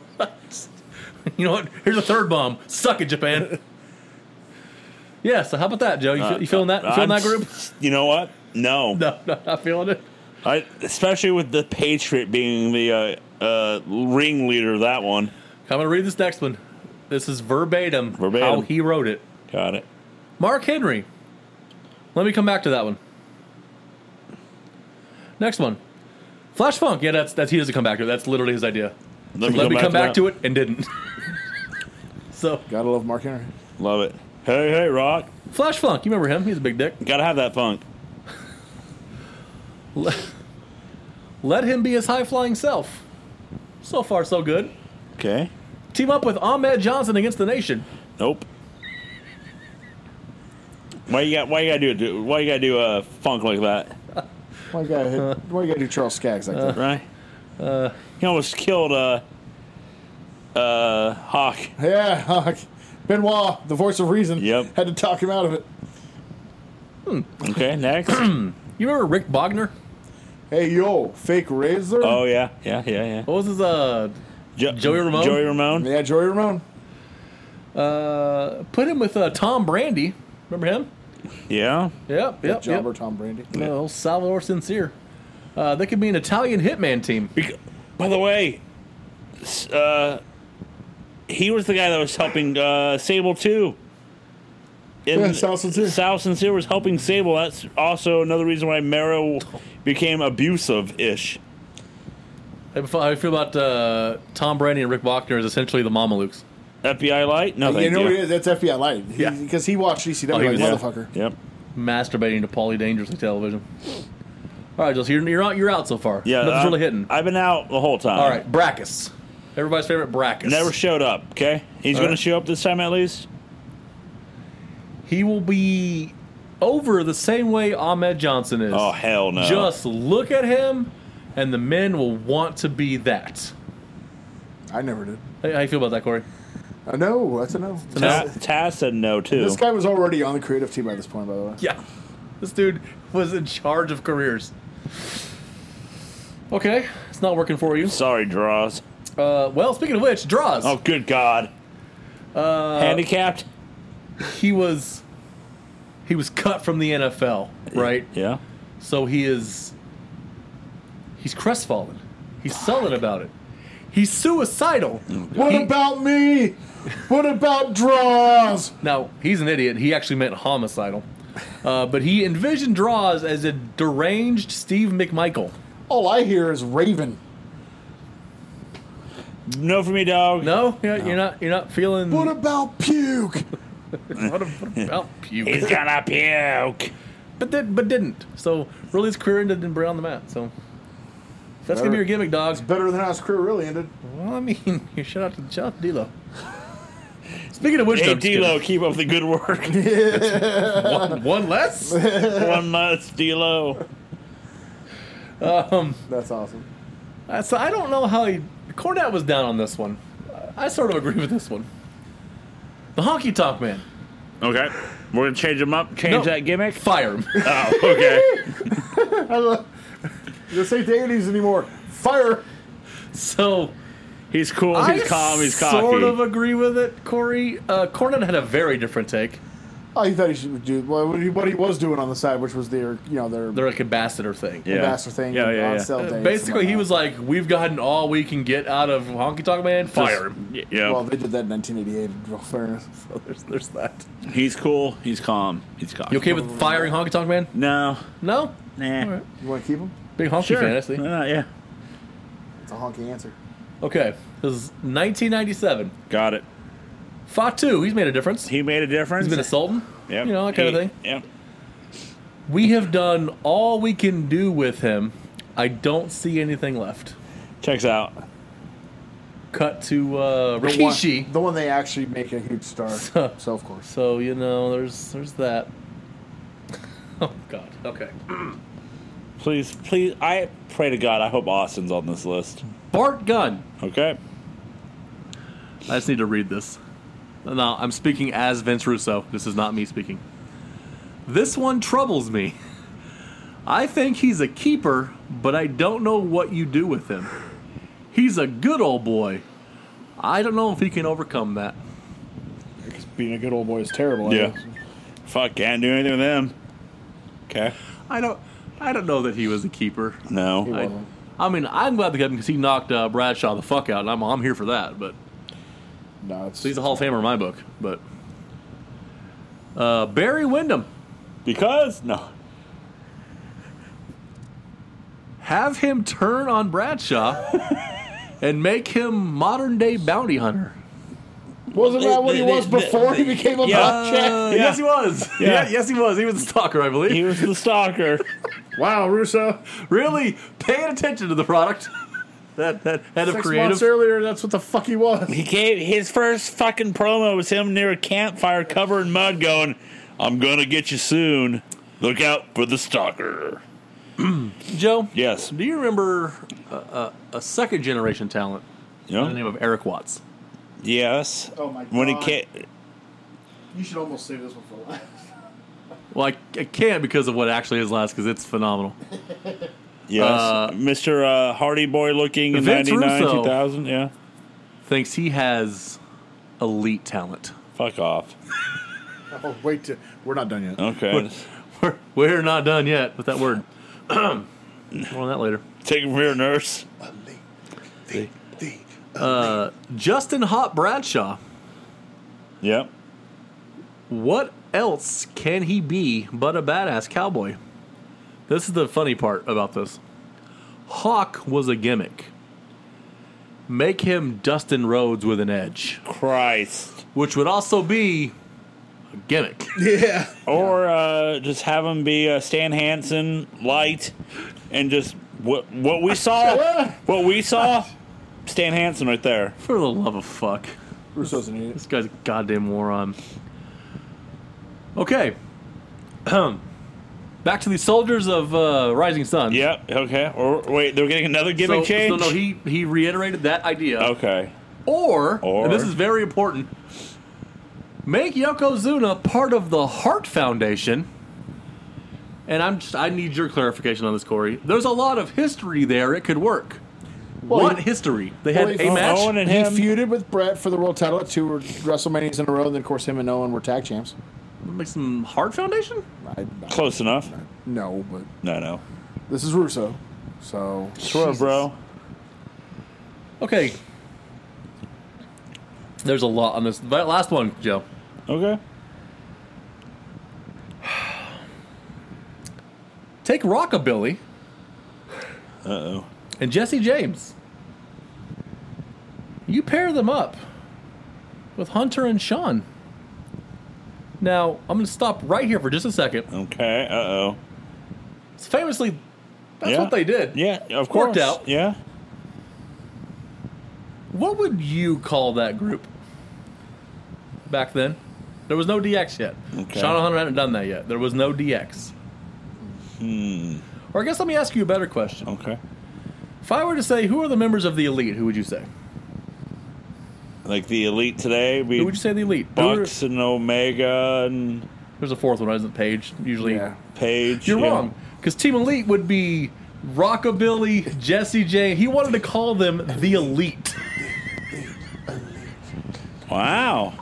A: You know what? Here's a third bomb. Suck it,
C: [laughs]
A: Japan. yeah. So how about that, Joe? You, feel, you feeling that? You feeling
C: Uh,
A: that
C: I'm-
A: group? [laughs]
C: [laughs] You know what? No.
A: No, no, not feeling it.
C: I, especially with the Patriot being the uh, uh, ringleader of that one.
A: I'm going to read this next one. This is verbatim,
C: Verbatim.
A: how he wrote it.
C: Got it.
A: Mark Henry. Let me come back to that one. Next one. Flash Funk. Yeah, that's, that's he doesn't come back to it. That's literally his idea.
C: Let
A: Let me come back to
C: that.
A: it and didn't. [laughs] so,
B: Gotta love Mark Henry.
C: Love it. Hey, hey, Rock.
A: Flash Funk. You remember him? He's a big dick. [laughs]
C: Gotta have that funk.
A: Le- Let him be his high flying self. So far, so good.
C: Okay.
A: Team up with Ahmed Johnson against the nation.
C: Nope. Why you got? Why you gotta do? do why you gotta do a funk like that?
B: Why you gotta, hit, why you gotta do Charles Skaggs like
C: [laughs]
B: that?
C: Right.
A: Uh.
C: he almost killed uh, uh, Hawk.
B: Yeah, [laughs] Huck. Benoit, the voice of reason,
C: Yep.
B: had to talk him out of it.
C: Okay.
A: [clears throat]
C: Next.
A: You remember Rick Bogner?
B: Hey, yo, fake razor.
C: oh yeah, yeah, yeah, yeah.
A: What was his uh
C: Jo-
A: Joey Ramone?
C: Joey Ramone.
B: Yeah, Joey Ramone.
A: Uh, put him with uh, Tom Brandy. Remember him?
C: Yeah.
A: Yep,
B: Yep,
A: yep, yep.
B: Jobber Tom Brandy.
A: No, old Salvador Sincere. Uh, they could be an Italian hitman team.
C: Bec- By the way, s- uh, he was the guy that was helping uh, Sable too. In-
B: Yeah, Sal Sincere.
C: Sal Sincere was helping Sable. That's also another reason why Mero became abusive ish.
A: How do you feel about uh, Tom Brandy and Rick Wagner is essentially the Mamalukes.
C: FBI light? No,
B: you
C: thank
B: know
C: you.
B: what it is? That's FBI Light.
A: Yeah.
B: Because he watched ECW
A: Oh, he
B: like
A: was-
B: a
A: yeah.
B: motherfucker.
C: Yep.
A: Masturbating to Paulie Dangerously television. All right, Jules, you're, you're out. You're out so far.
C: Yeah.
A: nothing's
C: I-
A: really hitting.
C: I've been out the whole time.
A: All right, Brackus. Everybody's favorite Brackus.
C: Never showed up. Okay. He's
A: All
C: going
A: right.
C: to show up this time at least.
A: he will be over the same way Ahmed Johnson is.
C: Oh hell no.
A: Just look at him, and the men will want to be that.
B: I never did.
A: Hey, how you feel about that, Corey?
B: Uh, no, that's a no.
C: Ta- Taz said no too.
B: This guy was already on the creative team by this point, by the way.
A: Yeah. This dude was in charge of careers. Okay, it's not working for you.
C: Sorry, draws.
A: Uh, well, speaking of which, draws.
C: Oh good god. Uh, Handicapped.
A: He was he was cut from the NFL, right?
C: Yeah.
A: So he is he's crestfallen. He's sullen about it. He's suicidal.
C: Mm.
B: What
A: He-
B: about me? What about draws?
A: Now, he's an idiot. He actually meant homicidal. Uh, but he envisioned draws as a deranged Steve McMichael.
B: All I hear is Raven.
C: No for me, dog.
A: No, you're, you're not. You're not feeling.
B: What about puke?
A: [laughs] what about you?
C: He's gonna puke.
A: but did, but didn't. So really, his career ended in brown the mat. So that's gonna be your gimmick, dogs.
B: Better than how his career really ended.
A: Well, I mean, [laughs] you shout out to shout out to
C: [laughs]
A: D'Lo. Speaking of which, no,
C: Hey,
A: I'm just kidding.
C: D'Lo, keep up the good work.
A: [laughs] one, [laughs] one less.
C: [laughs] One less D'Lo.
B: That's awesome.
A: Uh, so I don't know how he Cornette was down on this one. I sort of agree with this one. The honky tonk man.
C: Okay, we're gonna change him up. Change
A: No.
C: that gimmick.
A: Fire
C: [laughs]
A: him. [laughs]
C: Oh, okay.
B: I love. [laughs] This ain't deities anymore. Fire.
A: so
C: He's cool. Oh, He's
A: I
C: calm. He's cocky.
A: sort of agree with it, Corey. Uh, Cornette had a very different take.
B: Oh, you thought he should do well, what he, what he was doing on the side, which was their, you know, their
A: They're like ambassador thing.
C: Yeah.
B: ambassador thing
C: Yeah,
B: and
C: yeah,
B: on
C: yeah.
B: sale
A: Uh,
B: dates and
A: Basically, he
B: whatnot.
A: was like, "We've gotten all we can get out of Honky Tonk Man. Fire him."
C: Y- Yeah,
B: Well, they did that in 1988. In real fairness,
A: So [laughs] there's, there's that.
C: he's cool. He's calm. He's calm.
A: You okay with firing Honky Tonk Man?
C: No,
A: No.
C: nah.
A: All right.
B: you want to keep him?
A: Big honky
C: Eh. Sure.
A: fan, I see.
C: Why not? yeah,
B: It's a honky answer.
A: Okay, this is 1997.
C: got it.
A: Fatu, he's made a difference.
C: He made a difference.
A: He's been a sultan.
C: Yep.
A: You know, that kind
C: He-
A: of thing.
C: Yep.
A: We have done all we can do with him. I don't see anything left.
C: Checks out.
A: Cut to uh,
B: The one,
A: Rikishi.
B: the one they actually make a huge star. [laughs] so of course,
A: So you know, there's there's that. [laughs] Oh God. Okay.
C: Please, please. I pray to God. I hope Austin's on this list.
A: Bart Gunn.
C: Okay.
A: I just need to read this. No, I'm speaking as Vince Russo. This is not me speaking. This one troubles me. I think he's a keeper, but I don't know what you do with him. He's a good old boy. I don't know if he can overcome that.
B: being a good old boy is terrible.
C: Yeah. Fuck. Can't do anything with him. Okay.
A: I don't. I don't know that he was a keeper.
C: No.
A: I,
B: wasn't.
A: I mean, I'm glad they kept him because he knocked uh, Bradshaw the fuck out, and I'm I'm here for that. But
B: No, it's
A: he's a Hall of Famer in my book. But uh, Barry Windham.
C: Because no.
A: have him turn on Bradshaw and make him modern day bounty hunter.
B: wasn't that what he
C: They-
B: was
C: they-
B: before he became a
C: yeah.
B: bot check?
A: Uh, Yes, he was.
C: Yeah.
A: Yeah, yes, he was. He was a stalker, I believe.
C: He was the stalker.
B: Wow, Russo.
A: really paying attention to the product. that that head of
B: Six
A: creative.
B: months earlier, that's what the fuck he was.
C: [laughs] he gave his first fucking promo was him near a campfire covered in mud, going, "I'm gonna get you soon. Look out for the stalker."
A: Joe,
C: Yes.
A: do you remember a, a, a second generation talent by the
C: No?
A: name of Eric Watts?
C: Yes.
B: Oh my
C: When he
B: God.
C: came,
B: You should almost save this one for last.
A: Well, I, I can't because of what actually is last because it's phenomenal.
C: yes,
A: Uh,
C: Mr. Uh, Hardy Boy looking in
A: Vince
C: '99,
A: Russo.
C: 2000. Yeah.
A: Thinks he has elite talent. [laughs]
C: Fuck off.
B: [laughs] Oh wait, t- we're not done yet.
C: Okay.
A: We're, we're not done yet with that word. [clears throat] More on that later.
C: Take it from here, nurse.
A: Uh, Justin Hot Bradshaw.
C: Yep.
A: What else can he be but a badass cowboy? This is the funny part about this. Hawk was a gimmick. Make him Dustin Rhodes with an edge,
C: Christ.
A: which would also be a gimmick. [laughs]
B: Yeah.
C: Or uh, just have him be uh, Stan Hansen light, and just what what
A: [laughs]
C: we saw, what we saw, Stan Hansen right there.
A: For the love of fuck.
B: [laughs] Russo's an idiot.
A: This guy's a goddamn moron. Okay. [clears throat] Back to the soldiers of uh, Rising Sun.
C: Yep. Okay. Or wait, they're getting another gimmick
A: So, so
C: change.
A: no, he, he reiterated that idea.
C: okay.
A: Or,
C: Or-
A: and this is very important, make Yokozuna part of the Heart Foundation. And I'm just, I need your clarification on this, Corey. There's a lot of history there. It could work. what
B: he-
A: history? They
B: well,
A: had
B: he-
A: a match.
C: Owen and
B: He
C: him.
B: feuded with Brett for the world title at two WrestleManias in a row, and then of course him and Owen were tag champs.
A: Make some Heart Foundation?
B: I, I-
C: Close enough.
B: No, but
C: No, no.
B: this is Russo, so
C: Sure, bro.
A: Okay. There's a lot on this. That last one, Joe.
C: Okay.
A: Take Rockabilly
C: Uh oh.
A: and Jesse James. You pair them up with Hunter and Sean. Now, I'm going to stop right here for just a second.
C: Okay. Uh oh.
A: Famously, that's
C: Yeah.
A: what they did.
C: Yeah. Of course.
A: Worked out.
C: Yeah.
A: What would you call that group back then? There was no DX yet.
C: Okay.
A: Sean and Hunter hadn't done that yet. There was no DX.
C: Hmm.
A: Or I guess let me ask you a better question.
C: Okay.
A: If I were to say, who are the members of the Elite, who would you say?
C: Like the elite today,
A: Who
C: we
A: would you say the Elite? Who are-
C: Bucks and Omega and
A: There's a fourth one, isn't Page? Usually
B: yeah.
C: Page.
A: You're wrong. Because Team Elite would be Rockabilly, Jesse J. He wanted to call them the Elite.
C: Wow.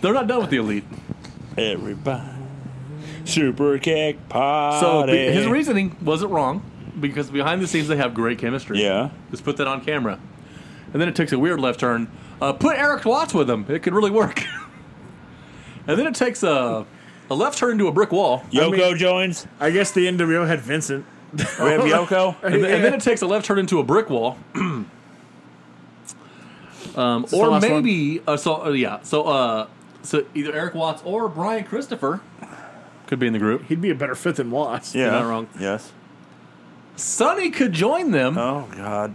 A: They're not done with the elite.
C: Everybody. Super kick party.
A: So be- his reasoning wasn't wrong because behind the scenes they have great chemistry.
C: Yeah.
A: Just put that on camera. And then it takes a weird left turn. Uh, put Eric Watts with him. It could really work. [laughs] and then it takes a, a left turn to a brick wall.
C: Yoko
D: mean-
C: joins.
D: I guess the NWO had Vincent.
A: [laughs]
C: We have Yoko.
A: And, th- and then [laughs] it takes a left turn into a brick wall. [clears throat] um,
D: the
A: or
D: last one.
A: maybe uh, so uh, yeah so uh, so either Eric Watts or Brian Christopher could be in the group.
D: He'd be a better fit than Watts.
C: Yeah.
A: not wrong.
C: Yes.
A: Sonny could join them
C: Oh God.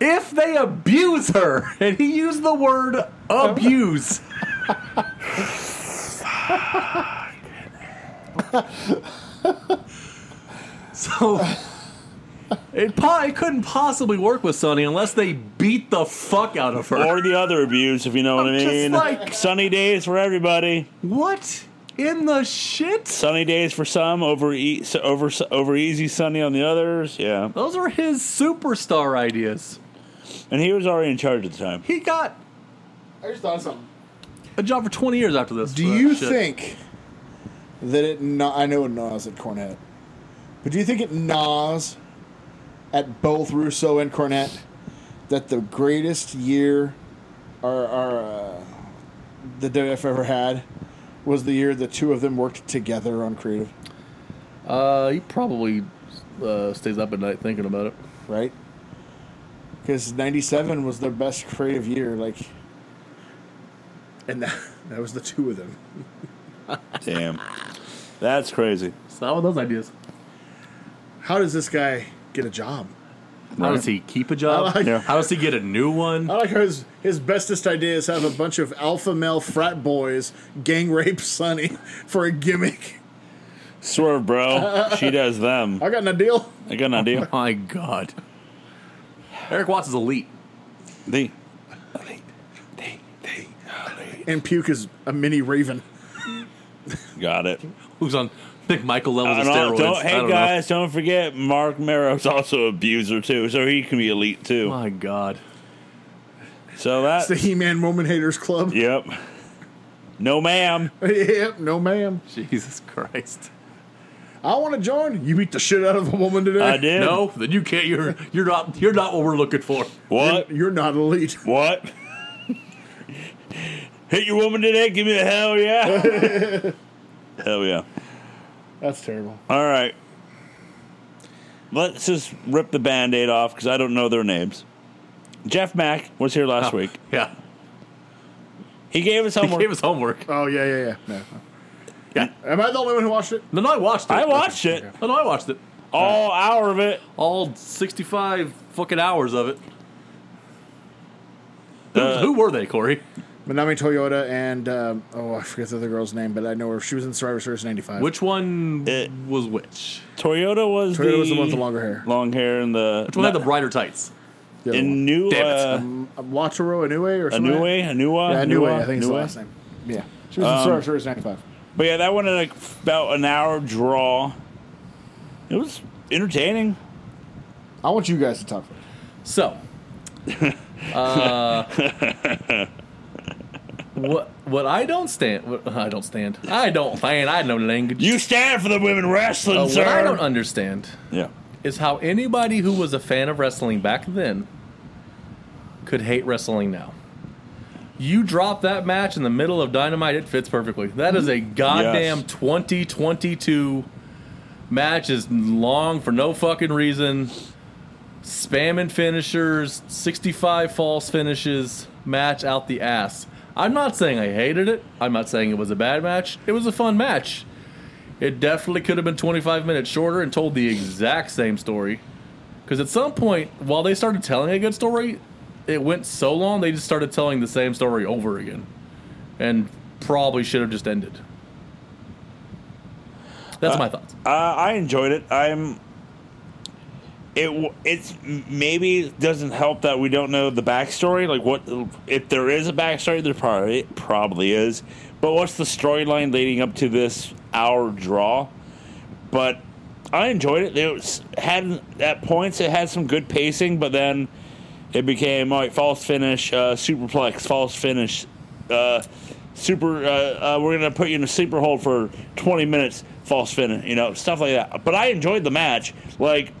A: if they abuse her, [laughs] and he used the word
B: [laughs]
A: abuse. so it, po- it couldn't possibly work with Sonny unless they beat the fuck out of her.
C: Or the other abuse, if you know what I
A: I'm just
C: mean.
A: like-
C: Sunny days for everybody.
A: What in the shit?
C: Sunny days for some, over e- so- over over easy sunny on the others. Yeah.
A: Those are his superstar ideas.
C: And he was already in charge at the time.
A: He got
B: I just thought of something.
A: a job for 20 years after this.
B: Do
A: for that
B: you
A: shit.
B: think that it? gna- I know it gnaws at Cornette, but do you think it gnaws at both Russo and Cornette that the greatest year our, our uh, the WF ever had was the year the two of them worked together on creative,
A: Uh, he probably uh, stays up at night thinking about it.
B: right? Because '97 was their best creative year. Like,
D: And that, [laughs] that was the two of them.
C: Damn. That's crazy.
A: Some of those ideas.
D: How does this guy get a job?
A: How does he keep a job? Oh
D: I like-
C: Yeah.
A: How does he get a new one?
D: I like how his, his bestest ideas have a bunch of alpha male frat boys gang rape Sonny [laughs] for a gimmick.
C: Swerve, bro. she does them.
D: I got an idea.
C: I got an idea.
A: My God. Eric Watts is elite.
C: The
D: And Puke is a mini raven.
C: got it.
A: Who's on Nick Michael levels of
C: And all-
A: steroids.
C: don't,
A: I
C: hey
A: don't
C: guys, don't forget Mark Merrow's also an abuser too, so he can be elite
A: Know.
C: too.
A: Oh My God.
C: So
D: It's the
C: that.
D: He Man Woman Haters Club.
C: Yep. No, ma'am.
D: [laughs] yep, no ma'am.
A: Jesus Christ.
D: I want to join. You beat the shit out of a woman today.
C: I did.
A: No, then you can't. You're you're not you're not what we're looking for.
C: What?
D: You're not elite.
C: What? Hit your woman today? Give me a hell yeah.
A: [laughs]
C: hell yeah.
D: That's terrible.
C: All right. Let's just rip the band aid off because I don't know their names. Jeff Mack was here last week.
A: Yeah.
C: He
A: [laughs]
C: gave us
A: Oh. He
C: homework.
A: gave us homework.
D: Oh, yeah, yeah, yeah. No.
A: Yeah.
D: Am I the only one who watched it?
A: No, no, I watched it.
C: I watched it.
A: No, no, I watched it.
C: All hour of it.
A: All 65 fucking hours of it.
C: Uh,
A: who, who were they, Corey?
D: Manami Toyota and, um, oh, I forget the other girl's name, but I know her. She was in Survivor Series 95.
A: Which one
C: It-
A: was which?
C: Toyota
D: Toyota
C: was the
D: was the one with the longer hair.
C: long hair and the
A: Which one had the brighter tights?
D: The other
C: in
D: one.
C: new
A: Damn it.
C: uh,
D: Um, Wataro Inoue or something?
C: Anue Anua
D: Yeah, Inoue, I
C: Anua?
D: think it's the
C: Anua?
D: last name. Yeah. She was in Survivor Series 95.
C: But yeah, that one had like about an hour draw. It was entertaining.
B: I want you guys to talk. First.
A: So, [laughs] uh, what what I don't stand, what I don't stand, I don't stand, I know language.
C: You stand for the women wrestling,
A: Uh,
C: sir.
A: what I don't understand
C: yeah.
A: is how anybody who was a fan of wrestling back then could hate wrestling now. You drop that match in the middle of Dynamite, it fits perfectly. That is a goddamn
C: Yes.
A: 2022 match is long for no fucking reason. Spamming finishers, 65 false finishes, match out the ass. I'm not saying I hated it. I'm not saying it was a bad match. It was a fun match. It definitely could have been 25 minutes shorter and told the exact same story. Because at some point, while they started telling a good story, it went so long they just started telling the same story over again, and probably should have just ended. That's my thoughts.
C: Uh, I enjoyed it. I'm. It w- it's maybe doesn't help that we don't know the backstory. Like what if there is a backstory? There probably probably is, but what's the storyline leading up to this hour draw? But I enjoyed it. It was, had at points it had some good pacing, but then It became all right, false finish, uh, superplex, false finish, uh, super. Uh, uh, we're gonna put you in a sleeper hold for 20 minutes, false finish, you know, stuff like that. But I enjoyed the match. Like,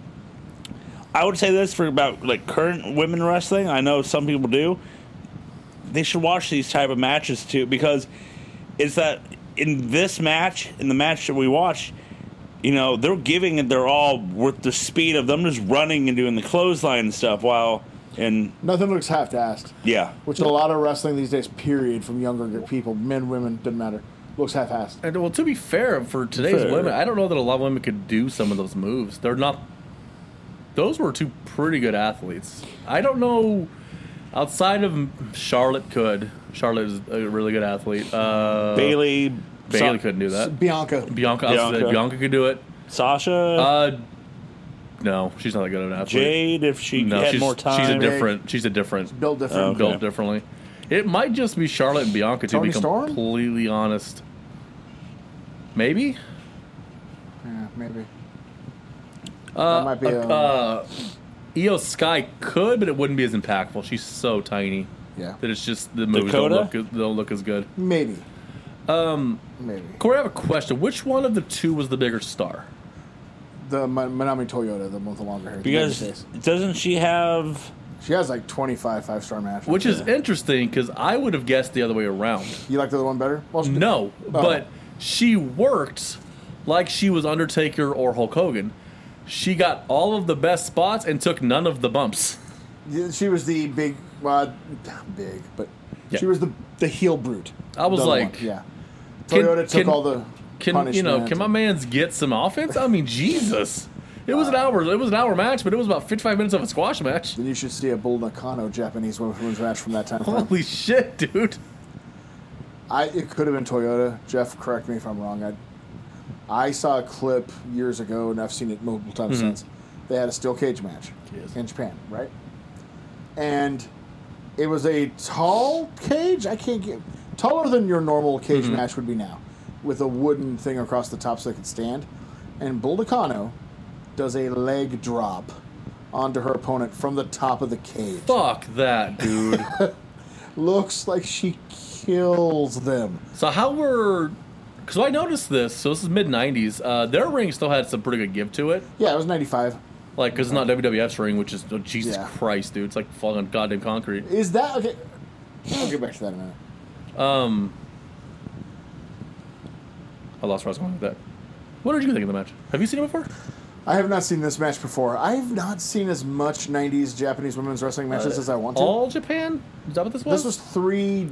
C: I would say this for about like current women wrestling. I know some people do. They should watch these type of matches too because it's that in this match, in the match that we watched, you know, they're giving it their all with the speed of them just running and doing the clothesline and stuff while and
B: Nothing looks half-assed,
C: yeah.
B: which a lot of wrestling these days, period, from younger people, men, women, doesn't matter, looks half-assed.
A: And well, to be fair, for today's
C: Fair.
A: women, I don't know that a lot of women could do some of those moves. They're not. Those were two pretty good athletes. I don't know. Outside of Charlotte, could Charlotte is a really good athlete. Uh,
C: Bailey
A: Bailey
C: Sa-
A: couldn't do that.
B: Bianca,
A: Bianca, I was gonna say
C: Bianca.
A: Bianca could do it.
C: Sasha
A: Uh, no, she's not that good of an athlete.
C: Jade if she
A: no,
C: had
A: she's,
C: more time.
A: she's a different. She's a different
B: built different.
C: Okay.
A: built differently. It might just be Charlotte and Bianca to
B: Tony
A: be
B: Storm?
A: completely honest. Maybe
B: Yeah, maybe.
A: Uh,
B: That might be
A: uh,
B: a-
D: um,
A: uh, Io Sky could, but it wouldn't be as impactful. She's so tiny
B: Yeah,
A: that it's just the moves don't
C: Dakota?
A: look, as- don't look as good.
B: maybe. Um, maybe
A: Corey, I have a question. Which one of the two was the bigger star?
B: the Min- Minami Toyota, the one with the longer hair. the baby
C: because
B: face.
C: doesn't she have
B: she has like 25 five-star matches.
A: Which is interesting because I would have guessed the other way around.
B: you like the other one better? Well, she-
A: No, but she worked like she was Undertaker or Hulk Hogan. She got all of the best spots and took none of the bumps.
B: Yeah, She was the big, well, not big, but
A: Yeah.
B: she was the the heel brute.
A: I was
B: The other
A: like,
B: one, yeah.
A: can-
B: Toyota took
A: can-
B: all the
A: Can you know?
B: punishment
A: Can my
B: and-
A: man's get some offense? I mean, Jesus! It was an hour. It was an hour match, but it was about fifty-five minutes of a squash match.
B: Then you should see a Bull Nakano Japanese women's match from that
A: [laughs]
B: time. frame.
A: Holy shit, dude!
B: I it could have been Toyota. Jeff, correct me if I'm wrong. I I saw a clip years ago, and I've seen it multiple times since. They had a steel cage match
A: Mm-hmm. Yes.
B: in Japan, right? And it was a tall cage. I can't get taller than your normal cage
A: Mm-hmm.
B: match would be now, with a wooden thing across the top so they could stand. And Bull Nakano does a leg drop onto her opponent from the top of the cage
A: Fuck that, dude.
B: looks like she kills them.
A: so how were? Because I noticed this. So this is mid '90s. Uh, their ring still had some pretty good give to it.
B: Yeah, it was 95.
A: Like, because it's not WWF's ring, which is oh, Jesus
B: Yeah.
A: Christ, dude. It's like falling on goddamn concrete.
B: Is that okay? I'll get back to that in a minute.
A: I lost where I was going with that. What did you think of the match? Have you seen it before?
B: I have not seen this match before. I have not seen as much 90s Japanese women's wrestling matches as I want to.
A: All Japan? Is that what this was?
B: this was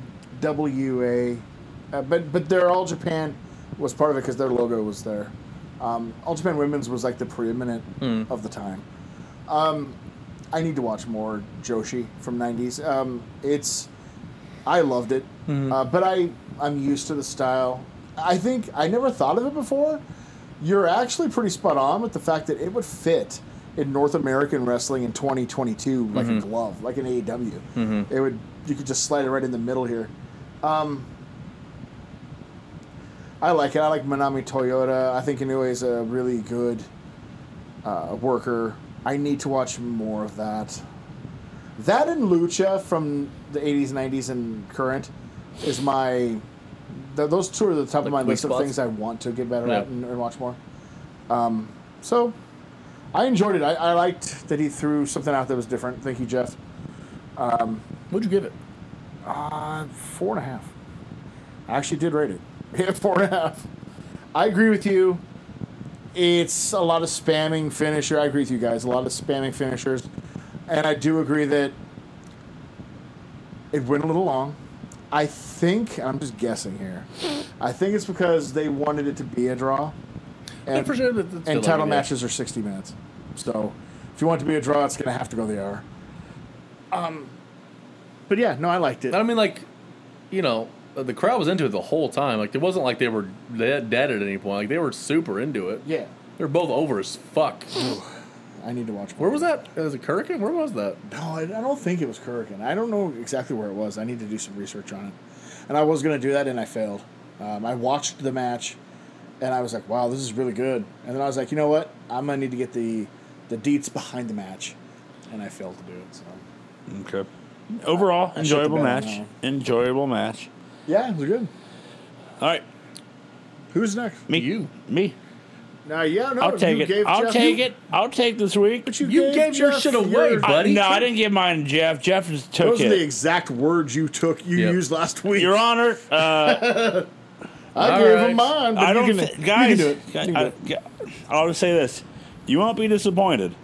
B: 3WA, uh, but but their All Japan was part of it because their logo was there. Um, All Japan Women's was like the preeminent of the time. Um, I need to watch more Joshi from '90s. Um, it's I loved it, uh, but I I'm used to the style. I think I never thought of it before. You're actually pretty spot on with the fact that it would fit in North American wrestling in 2022 like
A: Mm-hmm.
B: a glove, like an AEW. It would you could just slide it right in the middle here. Um, I like it. I like Manami Toyota. I think Inoue is a really good uh, worker. I need to watch more of that. That and Lucha from the 80s, 90s, and current is my. Th- those two are the top
A: Like
B: of my
A: weak
B: list
A: spots?
B: of things I want to get better
A: Yeah.
B: at and, and watch more. Um, so, I enjoyed it. I, I liked that he threw something out that was different. Thank you, Jeff.
A: What'd you give it?
B: Uh, four and a half. I actually did rate it. [laughs] Yeah, four and a half. I agree with you. It's a lot of spamming finisher. I agree with you guys. A lot of spamming finishers. And I do agree that it went a little long. I think, I'm just guessing here, I think it's because they wanted it to be a draw. And,
A: for sure that- that's
B: and
A: still
B: title
A: like it, yeah.
B: matches are 60 minutes. So if you want it to be a draw, it's going to have to go the hour. Um, but yeah, no, I liked it.
A: I mean, like, you know, the crowd was into it the whole time. Like, it wasn't like they were dead, dead at any point. Like, they were super into it.
B: Yeah.
A: They were both over as fuck.
B: I need to watch. More.
A: Where was that? Was it Kurikan? Where was that?
B: No, I, I don't think it was Kurikan. I don't know exactly where it was. I need to do some research on it. And I was going to do that, and I failed. Um, I watched the match, and I was like, "Wow, this is really good." And then I was like, "You know what? I'm going to need to get the the deets behind the match," and I failed to do it. So
C: Okay.
B: I
C: Overall,
B: shut the
C: enjoyable
B: bed
C: match.
B: now.
C: Enjoyable match.
B: Yeah, it was good.
C: All right,
D: Who's next?
C: me,
A: You.
C: me.
D: Now, yeah, no,
C: I'll take
D: you
C: it.
D: gave
C: I'll
D: Jeff-
C: take
D: you-
C: it. I'll take this week.
D: But you,
A: You
D: gave,
A: gave your
D: Jeff
A: shit away,
D: your-
A: buddy.
C: I, no, I didn't give mine to Jeff. Jeff just took
D: Those are the
C: it.
D: exact words you took. You
A: Yep.
D: used last week.
C: Your Honor, uh,
B: I
A: All
B: gave
A: right.
B: him mine, but
C: I
B: you
C: don't
B: can,
C: thi-
B: you
C: guys.
B: can do it. You can do
C: I,
B: it.
C: I, will just say this: you won't be disappointed.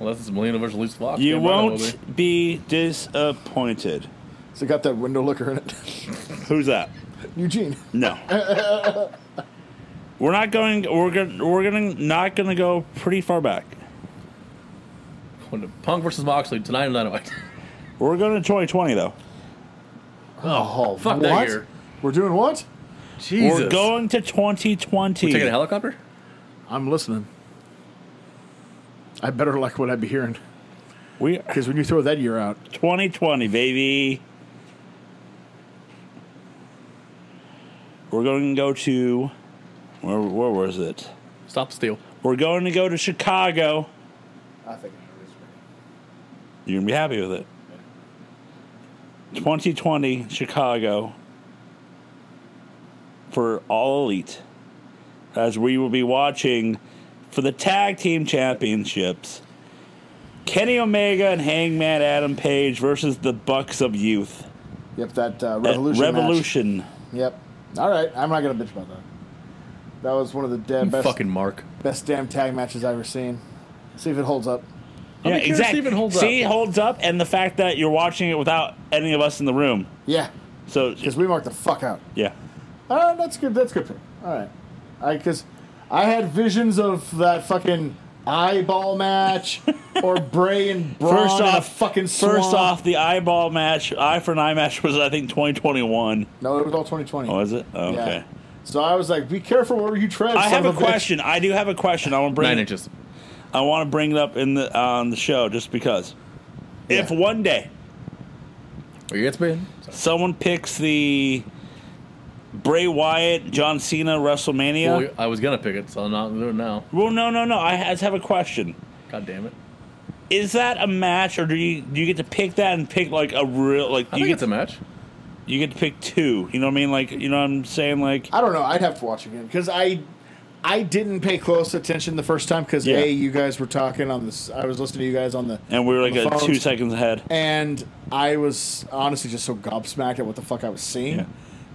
A: Unless it's Millennium versus Luke Fox.
C: You
A: Damn right I will be.
C: won't be disappointed.
B: So it got that window looker in it. [laughs]
C: Who's that?
B: Eugene.
C: No. [laughs] we're not going. We're gonna. We're gonna not gonna go pretty far back.
A: When the Punk versus Moxley tonight on
C: [laughs]
A: Dynamite.
C: We're going to 2020 though.
B: Oh,
A: fuck
B: what?
A: that year.
B: We're doing what?
A: Jesus.
C: We're going to 2020.
A: Taking a helicopter?
B: I'm listening. I better like what I'd be hearing
C: we
B: because when you throw that year out,
C: 2020, baby. We're going to go to where? Where was it?
A: Stop the steal.
C: We're going to go to Chicago.
B: I think
C: You're gonna be happy with it. 2020 Chicago for All Elite, as we will be watching for the Tag Team Championships. Kenny Omega and Hangman Adam Page versus the Bucks of Youth.
B: Yep, that uh,
C: at
B: revolution. match.
C: Revolution.
B: Yep. All right, I'm not gonna bitch about that. That was one of the damn
A: You
B: best,
A: fucking Mark.
B: best damn tag matches I've ever seen. See if it holds up.
C: Yeah,
A: curious
C: exact-
A: if it holds
C: See,
A: up.
C: holds up, and the fact that you're watching it without any of us in the room.
B: Yeah,
C: So,
B: because we marked the fuck out.
C: yeah.
B: All right, Uh, that's good. That's good. For me. All right, I because I had visions of that fucking eyeball
C: [laughs]
B: match or Bray and Braun
C: First
B: in a
C: off,
B: fucking swamp.
C: First off, the eyeball match, eye for an eye match was I think 2021.
B: no, it was all 2020.
C: Was it? Oh,
B: Yeah.
C: okay.
B: So I was like, be careful where you tread.
C: I
B: son
C: have a
B: of bitch.
C: question. I do have a question. I want to bring.
A: Nine inches.
C: I want to bring it up in the on the show just because. If
B: Yeah.
C: one day
A: Or you get spin.
C: someone picks the Bray Wyatt John Cena WrestleMania,
A: Well, I was going to pick it, so I'm not doing it now.
C: well, no, no, no. I just have a question.
A: God damn it.
C: Is that a match, or do you do you get to pick that and pick like a real like
A: I
C: you
A: think
C: get
A: it's a match.
C: you get to pick two? You know what I mean? Like you know what I'm saying? Like
B: I don't know. I'd have to watch again because I, I didn't pay close attention the first time because
C: Yeah.
B: a you guys were talking on this. I was listening to you guys on the
C: and we were
B: on
C: like
B: the
C: a
B: phones,
C: two seconds ahead.
B: and I was honestly just so gobsmacked at what the fuck I was seeing
C: Yeah.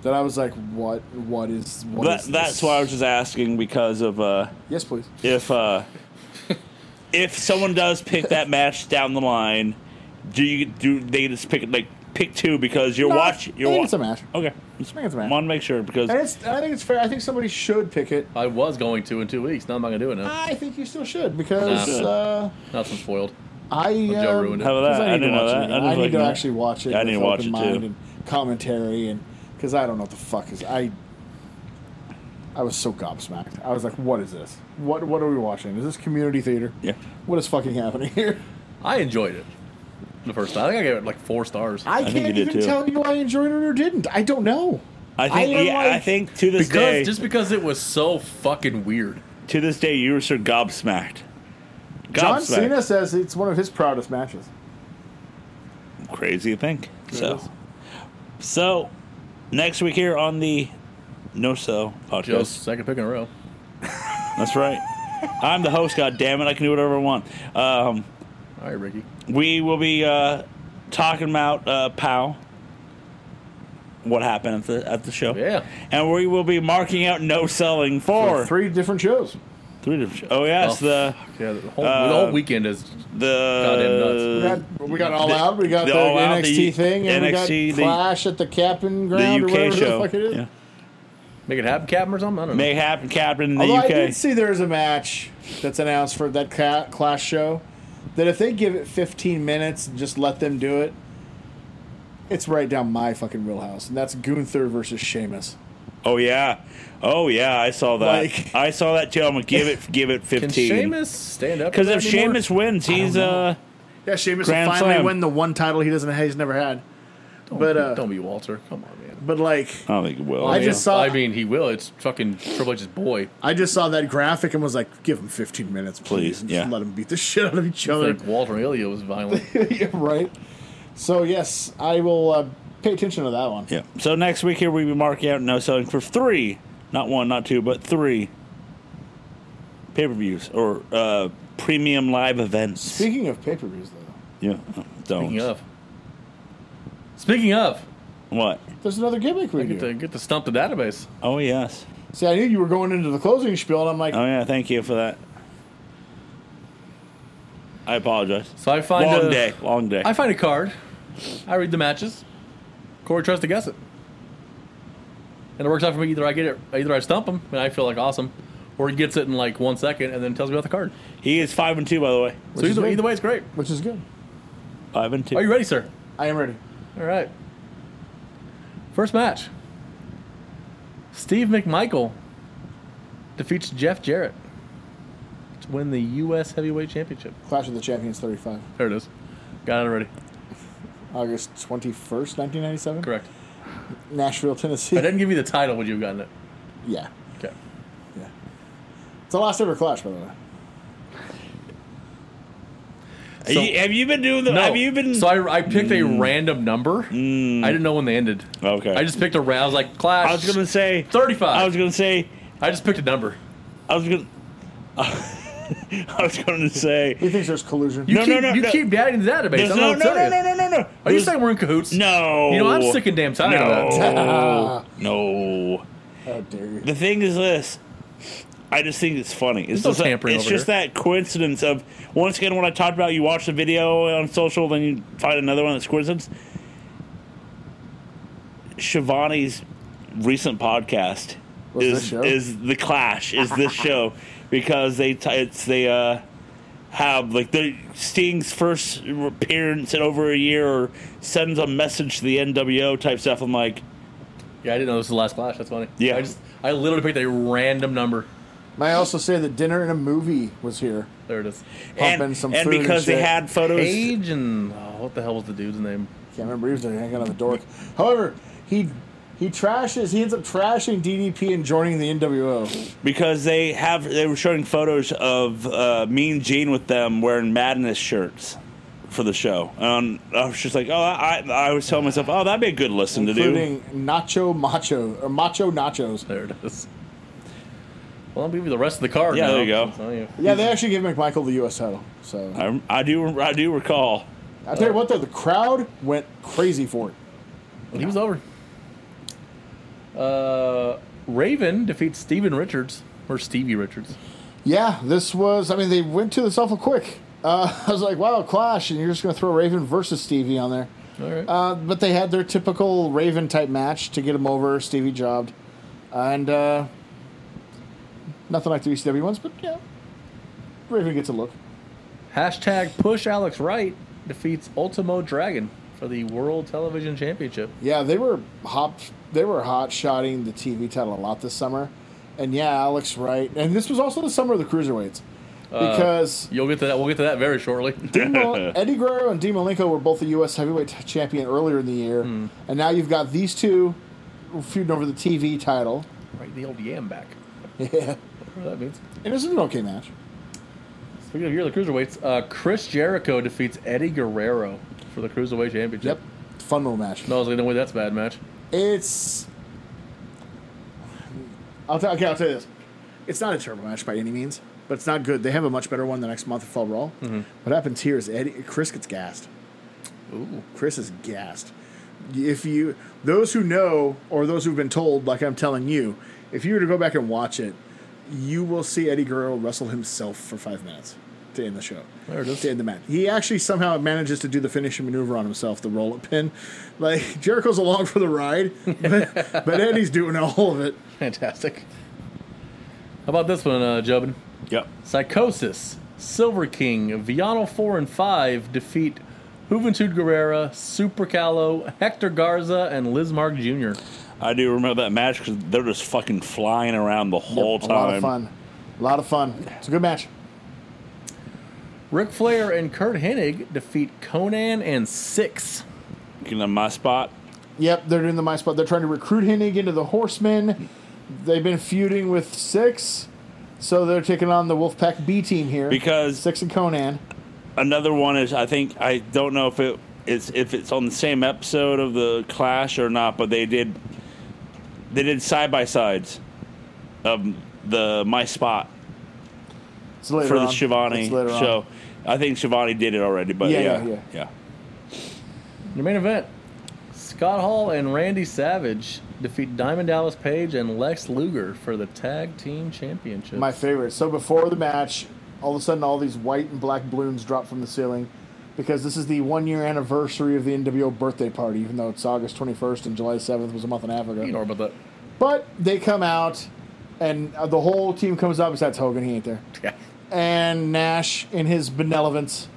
B: that I was like, what? What is? What
C: That,
B: is
C: that's
B: this?
C: why I was just asking because of uh,
B: Yes, please.
C: if uh, if someone does pick that match down the line, do you do they just pick like pick two because you're
B: No,
C: watching?
B: I
C: You're
B: think
C: wa-
B: it's a match.
C: Okay,
B: I think it's a match.
C: want to make sure because
B: And it's, I think it's fair. I think somebody should pick it.
A: I was going to in two weeks. Now I'm not going to do it now.
B: I think you still should because
A: Nah.
B: uh,
A: Now it's been spoiled.
B: I
A: Well, Joe ruined it.
C: How about
B: because
C: that? I
B: need to
C: didn't know
B: watch it
C: that.
B: again.
C: I
B: I,
C: didn't
B: need to
C: fucking-
B: actually watch it.
C: I
B: with
C: need to watch
B: open
C: it,
B: mind
C: too.
B: And commentary and because I don't know what the fuck is I. I was so gobsmacked. I was like, "What is this? What What are we watching? Is this community theater?
C: yeah.
B: What is fucking happening here?"
A: I enjoyed it the first time. I think I gave it like four stars.
B: I,
C: think you
B: can't
C: did,
B: even
C: too.
B: tell you I enjoyed it or didn't. I don't know.
C: I think
B: am
C: yeah,
B: like-
C: I think to this
A: because
C: day
A: just because it was so fucking weird.
C: to this day you were so gobsmacked. Gobsmacked.
B: John Cena says it's one of his proudest matches.
C: Crazy to think.
B: is.
C: So so next week here on the No So podcast.
A: Joe's second pick in a row.
C: That's right. I'm the host. God damn it! I can do whatever I want. Um,
A: All right, Ricky.
C: we will be uh, talking about uh, Pow. What happened at the at the show?
A: Yeah.
C: and we will be marking out no selling for
B: Three different shows.
C: three different. Shows. Oh yes,
A: Oh,
C: the
A: Yeah, the whole,
C: Uh,
A: the whole weekend is.
B: We
C: the
B: got, we got all
C: Uh, the-
B: out. We got
C: the
B: the,
C: All Out,
B: NXT
C: the
B: thing, and
C: NXT,
B: we
C: the-
B: got Clash at the Captain Ground
C: the
B: or
C: UK
B: whatever
C: show.
B: the fuck it is.
C: Yeah.
A: Make it happen, Captain, or something? I don't know.
C: May happen, Captain in the
B: Although
C: UK.
B: Oh, I did see there's a match that's announced for that ca- clash show. That if they give it 15 minutes and just let them do it, it's right down my fucking wheelhouse, and that's Gunther versus Sheamus.
C: oh yeah, oh yeah, I saw that.
B: Like-
C: I saw that too. I'm gonna give it
B: [laughs]
C: give it
A: Can
C: 15.
A: Sheamus stand up?
C: Because
A: to
C: if
A: that anymore?
C: Sheamus wins, he's
B: know.
C: uh
D: Yeah, Sheamus
C: Grand
D: will finally
C: slam.
D: win the one title he doesn't he's never had.
A: Don't
D: but
A: be-
D: uh,
A: don't be Walter. Come on, man.
D: but like
C: I don't think it will.
D: I just saw
A: I mean, he will. It's fucking Triple H's boy.
D: I just saw that graphic and was like, give him 15 minutes,
C: Please,
D: please, and
C: yeah.
D: just let him beat the [laughs] shit out of each
A: [laughs]
D: other.
A: Like Walter Elio was
C: [laughs]
A: violent.
B: Yeah, right.
D: So yes, I will uh, pay attention to that one.
C: yeah. So next week here we'll be marking out no selling for three, not one, not two, but three pay per views or uh, premium live events.
B: Speaking of pay per views, though,
C: yeah. Don't.
A: Speaking of. Speaking of,
C: What?
B: there's another gimmick we
A: get
B: do.
A: to get to stump the database.
C: Oh yes.
B: See, I knew you were going into the closing spiel, and I'm like,
A: Uh.
C: Oh yeah. Thank you for that. I apologize.
A: So I find
C: long
A: a,
C: day. Long day.
A: I find a card. I read the matches. Corey tries to guess it, and it works out for me. Either I get it, either I stump him, and I feel like awesome, or he gets it in like one second and then tells me about the card.
C: he is five and two, by the way.
A: so
B: is
A: either,
B: good.
A: either way, it's great.
B: which is good.
C: Five and two.
A: Are you ready, sir?
B: I am ready.
A: All right. First match. Steve McMichael defeats Jeff Jarrett to win the U.S. Heavyweight Championship.
B: Clash of the Champions 35,
A: There it is. Got it already.
B: August 21st, 1997,
A: Correct.
B: Nashville, Tennessee.
A: If I didn't give you the title, would you have gotten it?
B: [laughs] Yeah,
A: Okay.
B: yeah. It's the last ever Clash, by the way.
C: Are you- have you been doing the?
A: No.
C: Have you been? Mm.
A: so I, I picked a random number. I didn't know when they ended.
C: Okay.
A: I just picked a round. I was like, Clash.
C: I was gonna say.
A: 35.
C: I was gonna say.
A: I just picked a number.
C: I was gonna. [laughs] I was gonna say.
B: He thinks there's collusion.
A: You
B: [laughs]
C: No,
A: keep,
C: no, no,
A: You
C: no.
A: keep adding to the database.
C: There's
A: I don't know
C: no,
A: what to
C: no,
A: tell
C: no,
A: you.
C: no, no, no, no.
A: Are you
C: There's-
A: saying we're in cahoots?
C: No.
A: You know, I'm sick and damn tired of that.
C: no. no.
B: How dare you?
C: The thing is this. I just think it's funny. It's
A: There's no
C: just, that,
A: tampering
C: it's
A: over
C: just that coincidence of once again when I talked about you watch the video on social, then you find another one that's coincidence. Shivani's recent podcast
B: Was this
C: is
B: show?
C: is the Clash is
B: [laughs]
C: this show because they t- it's they uh, have like the Sting's first appearance in over a year or sends a message to the NWO type stuff. I'm like,
A: [laughs] Yeah, I didn't know this was the last Clash. That's funny.
C: Yeah.
A: I just I literally picked a random number.
B: May I also say that dinner and a movie was here.
A: There it is.
C: and,
B: Pumping some
C: and
B: food and
C: because they
B: shit.
C: had photos.
A: Page and oh, what the hell was the dude's name?
B: Can't remember. He was like, hanging out of a dork. However, he he trashes. He ends up trashing DDP and joining the NWO.
C: because they have they were showing photos of uh, Mean Gene with them wearing Madness shirts for the show. And I was just like, oh, I I was telling myself, oh, that'd be a good listen to do.
B: including Nacho Macho or Macho Nachos.
A: There it is. Well, I'll give you the rest of the card.
C: Yeah,
A: now.
C: there you go.
A: Oh, yeah.
B: Yeah, they actually gave McMichael the U.S. title. So
C: I, I do I do recall.
B: I tell you what, though, the crowd went crazy for it.
A: He was over. Uh, Raven defeats Steven Richards or Stevie Richards.
B: Yeah, this was. I mean, they went to this awful quick. Uh, [laughs] I was like, wow, Clash, and you're just going to throw Raven versus Stevie on there.
A: All right.
B: Uh, but they had their typical Raven type match to get him over. Stevie jobbed, and uh, nothing like the ECW ones, but yeah, Raven gets a look.
A: Hashtag push Alex Wright defeats Ultimo Dragon for the World Television Championship.
B: Yeah, they were hop. They were hot shotting the TV title a lot this summer, and yeah, Alex Wright. And this was also the summer of the cruiserweights because
A: You'll get to that. We'll get to that very shortly. [laughs]
B: [laughs] Dean- Eddie Guerrero and Dean Malenko were both the U.S. heavyweight champion earlier in the year, and now you've got these two feuding over the TV title.
A: right, the old yam back.
B: [laughs] Yeah,
A: Whatever that means.
B: and this is an okay match.
A: Speaking of yearly cruiserweights, uh, Chris Jericho defeats Eddie Guerrero for the cruiserweight championship.
B: Yep, fun little match.
A: No, I was like, no way, that's a bad match. [laughs]
B: It's. I'll tell. Okay, I'll tell you this. It's not a terrible match by any means, but it's not good. They have a much better one the next month at Fall Brawl.
A: Mm-hmm.
B: What happens here is Eddie Chris gets gassed.
A: Ooh,
B: Chris is gassed. If you those who know or those who've been told, like I'm telling you, if you were to go back and watch it, you will see Eddie Guerrero wrestle himself for five minutes to end the show.
A: There it is.
B: To end the match. He actually somehow manages to do the finishing maneuver on himself, the roll up pin. Like Jericho's along for the ride, [laughs] but, but Eddie's doing all of it.
A: fantastic. How about this one, uh, Jubin?
C: Yep.
A: Psychosis, Silver King, Viano 4 and 5 defeat Juventud Guerrera, Super Callo, Hector Garza, and Lismark Jr.
C: I do remember that match because they're just fucking flying around the whole
B: a
C: time.
B: lot of fun. A lot of fun. It's a good match.
A: Ric Flair and Kurt Hennig defeat Conan and Six.
C: Looking at my spot.
B: Yep, they're doing the My Spot. They're trying to recruit Hennig into the Horsemen. They've been feuding with Six, so they're taking on the Wolfpack B team here.
C: because
B: Six and Conan.
C: another one is I think I don't know if it it's if it's on the same episode of the Clash or not, but they did they did side by sides of the my spot
B: It's later
C: for the
B: on.
C: Shivani
B: It's later on.
C: show. I think Shivani did it already, but
B: Yeah,
C: yeah,
B: yeah,
C: yeah,
B: yeah.
A: Your main event Scott Hall and Randy Savage defeat Diamond Dallas Page and Lex Luger for the tag team championship.
B: My favorite. So before the match, all of a sudden, all these white and black balloons drop from the ceiling because this is the one year anniversary of the NWO birthday party, even though it's August 21st and July 7th was a month and a half ago.
A: you know about that.
B: But they come out, and uh, the whole team comes up besides Hogan. He ain't there.
A: Yeah.
B: And Nash, in his benevolence,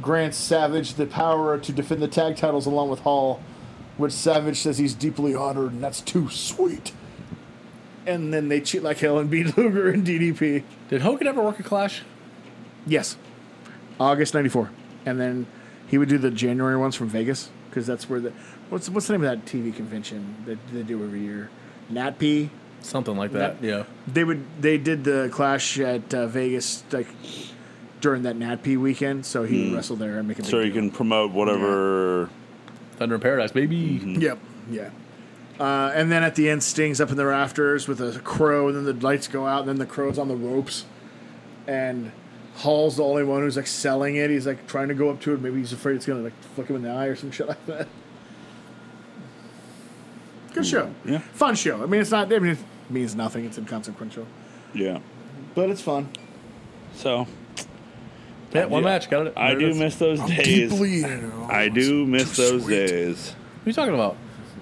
B: grants Savage the power to defend the tag titles along with Hall, which Savage says he's deeply honored, and that's too sweet.
D: And then they cheat like hell and
B: [laughs]
D: beat Luger and DDP.
A: Did Hogan ever work a clash?
D: Yes. August 94. And then he would do the January ones from Vegas because that's where the. What's, what's the name of that TV convention that they do every year? NatP?
A: Something like that. Yeah.
D: They would they did the clash at uh, Vegas like during that NatP weekend, so he would wrestle there and make a big
C: So you
D: deal.
C: can promote whatever.
A: Thunder in Paradise, baby.
C: Mm-hmm.
D: Yep. Yeah. Uh, and then at the end, Sting's up in the rafters with a crow, and then the lights go out, and then the crow's on the ropes. And Hall's the only one who's like selling it. He's like trying to go up to it. Maybe he's afraid it's gonna like flick him in the eye or some shit like that. Good show.
C: Yeah.
D: Fun show. I mean, it's not. I mean, it means nothing. It's inconsequential,
C: Yeah.
D: but it's fun.
C: So
A: Yeah, one
C: do-
A: match. Got it.
C: I
A: There it
C: do
A: is.
C: miss those days.
D: Deeply.
C: I do miss those days.
A: What are you talking about?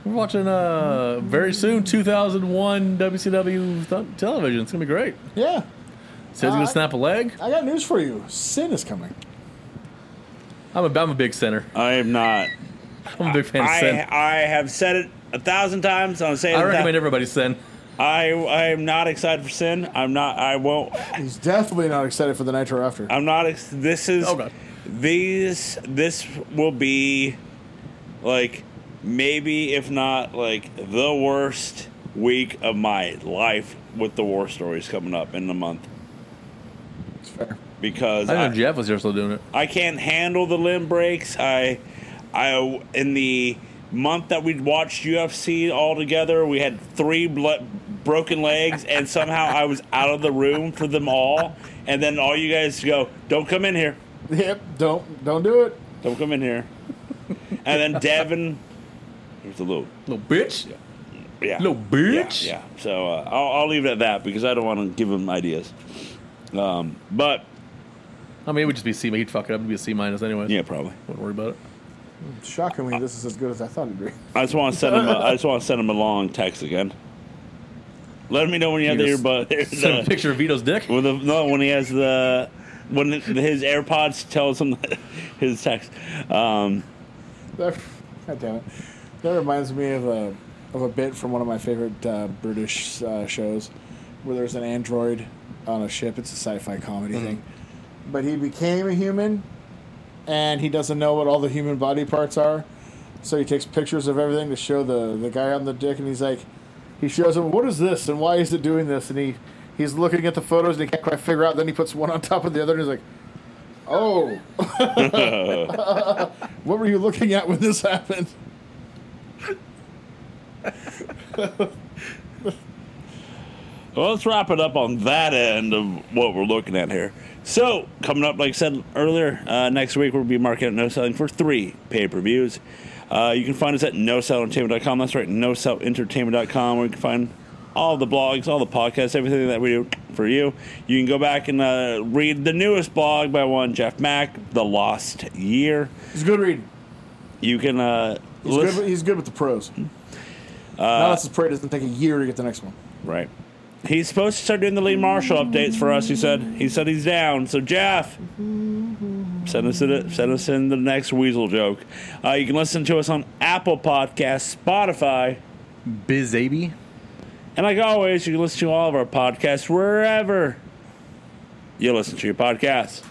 A: We're watching uh very soon 2001 WCW th- television. It's gonna be great.
B: Yeah,
A: Says he's
B: Uh,
A: gonna snap a leg.
B: I got news for you. Sin is coming.
A: I'm a, I'm a big center.
C: I am not.
A: I'm a big fan of
C: I
A: sin.
C: I have said it a thousand times. I'm saying
A: I
C: it a thou-
A: recommend everybody sin.
C: I I am not excited for Sin. I'm not. I won't.
B: He's definitely not excited for the Nitro after.
C: I'm not. Ex- this is.
A: Oh, God.
C: These. This will be, like, maybe if not like the worst week of my life with the war stories coming up in the month
B: It's fair.
C: because
A: I
C: I,
A: know Jeff was here still doing it.
C: I can't handle the limb breaks. I, I in the month that we watched UFC all together, we had three ble- broken legs, and somehow I was out of the room for them all. And then all you guys go, "Don't come in here,
B: Yep. Don't don't do it.
C: don't come in here." And then Devin, there's a little,
A: Little bitch.
C: yeah,
A: Little bitch.
C: yeah. yeah. So uh, I'll, I'll leave it at that because I don't want to give him ideas. Um, but
A: I mean, it would just be C. He'd fuck it up. It'd be a C minus anyway.
C: yeah, probably.
A: Wouldn't worry about it.
B: Shockingly, this is as good as I thought it'd be.
C: I just want to send him. A, I just want to send him a long text again. Let me know when you have the
A: You
C: earbud. [laughs]
A: Send him a
C: The,
A: picture of Vito's dick.
C: with the, no, when he has the when his AirPods tells him [laughs] his text. Um,
B: That, God damn it. That reminds me of a of a bit from one of my favorite uh, British uh, shows, where there's an android on a ship. It's a sci-fi comedy thing, but he became a human, and he doesn't know what all the human body parts are. So he takes pictures of everything to show the the guy on the dick, and he's like, he shows him what is this and why is it doing this, and he he's looking at the photos and he can't quite figure out. Then he puts one on top of the other, and he's like, oh. [laughs] What were you looking at when this happened?
C: well, let's wrap it up on that end of what we're looking at here. So, coming up, like I said earlier, uh, next week we'll be marking out no selling for three pay per views. Uh, you can find us at nosellentertainment.com. That's right, nosellentertainment.com, where you can find all the blogs, all the podcasts, everything that we do for you. You can go back and uh, read the newest blog by one Jeff Mack, The Lost Year.
B: He's good reading.
C: You can uh,
B: He's,
C: listen.
B: good, he's good with the pros. now this is Prey doesn't take a year to get the next one.
C: Right. He's supposed to start doing the Lee Marshall updates for us. He said he said he's down. So Jeff, send us in, send us in the next weasel joke. Uh, you can listen to us on Apple Podcasts, Spotify,
A: Bizaby.
C: and like always, you can listen to all of our podcasts wherever you listen to your podcasts.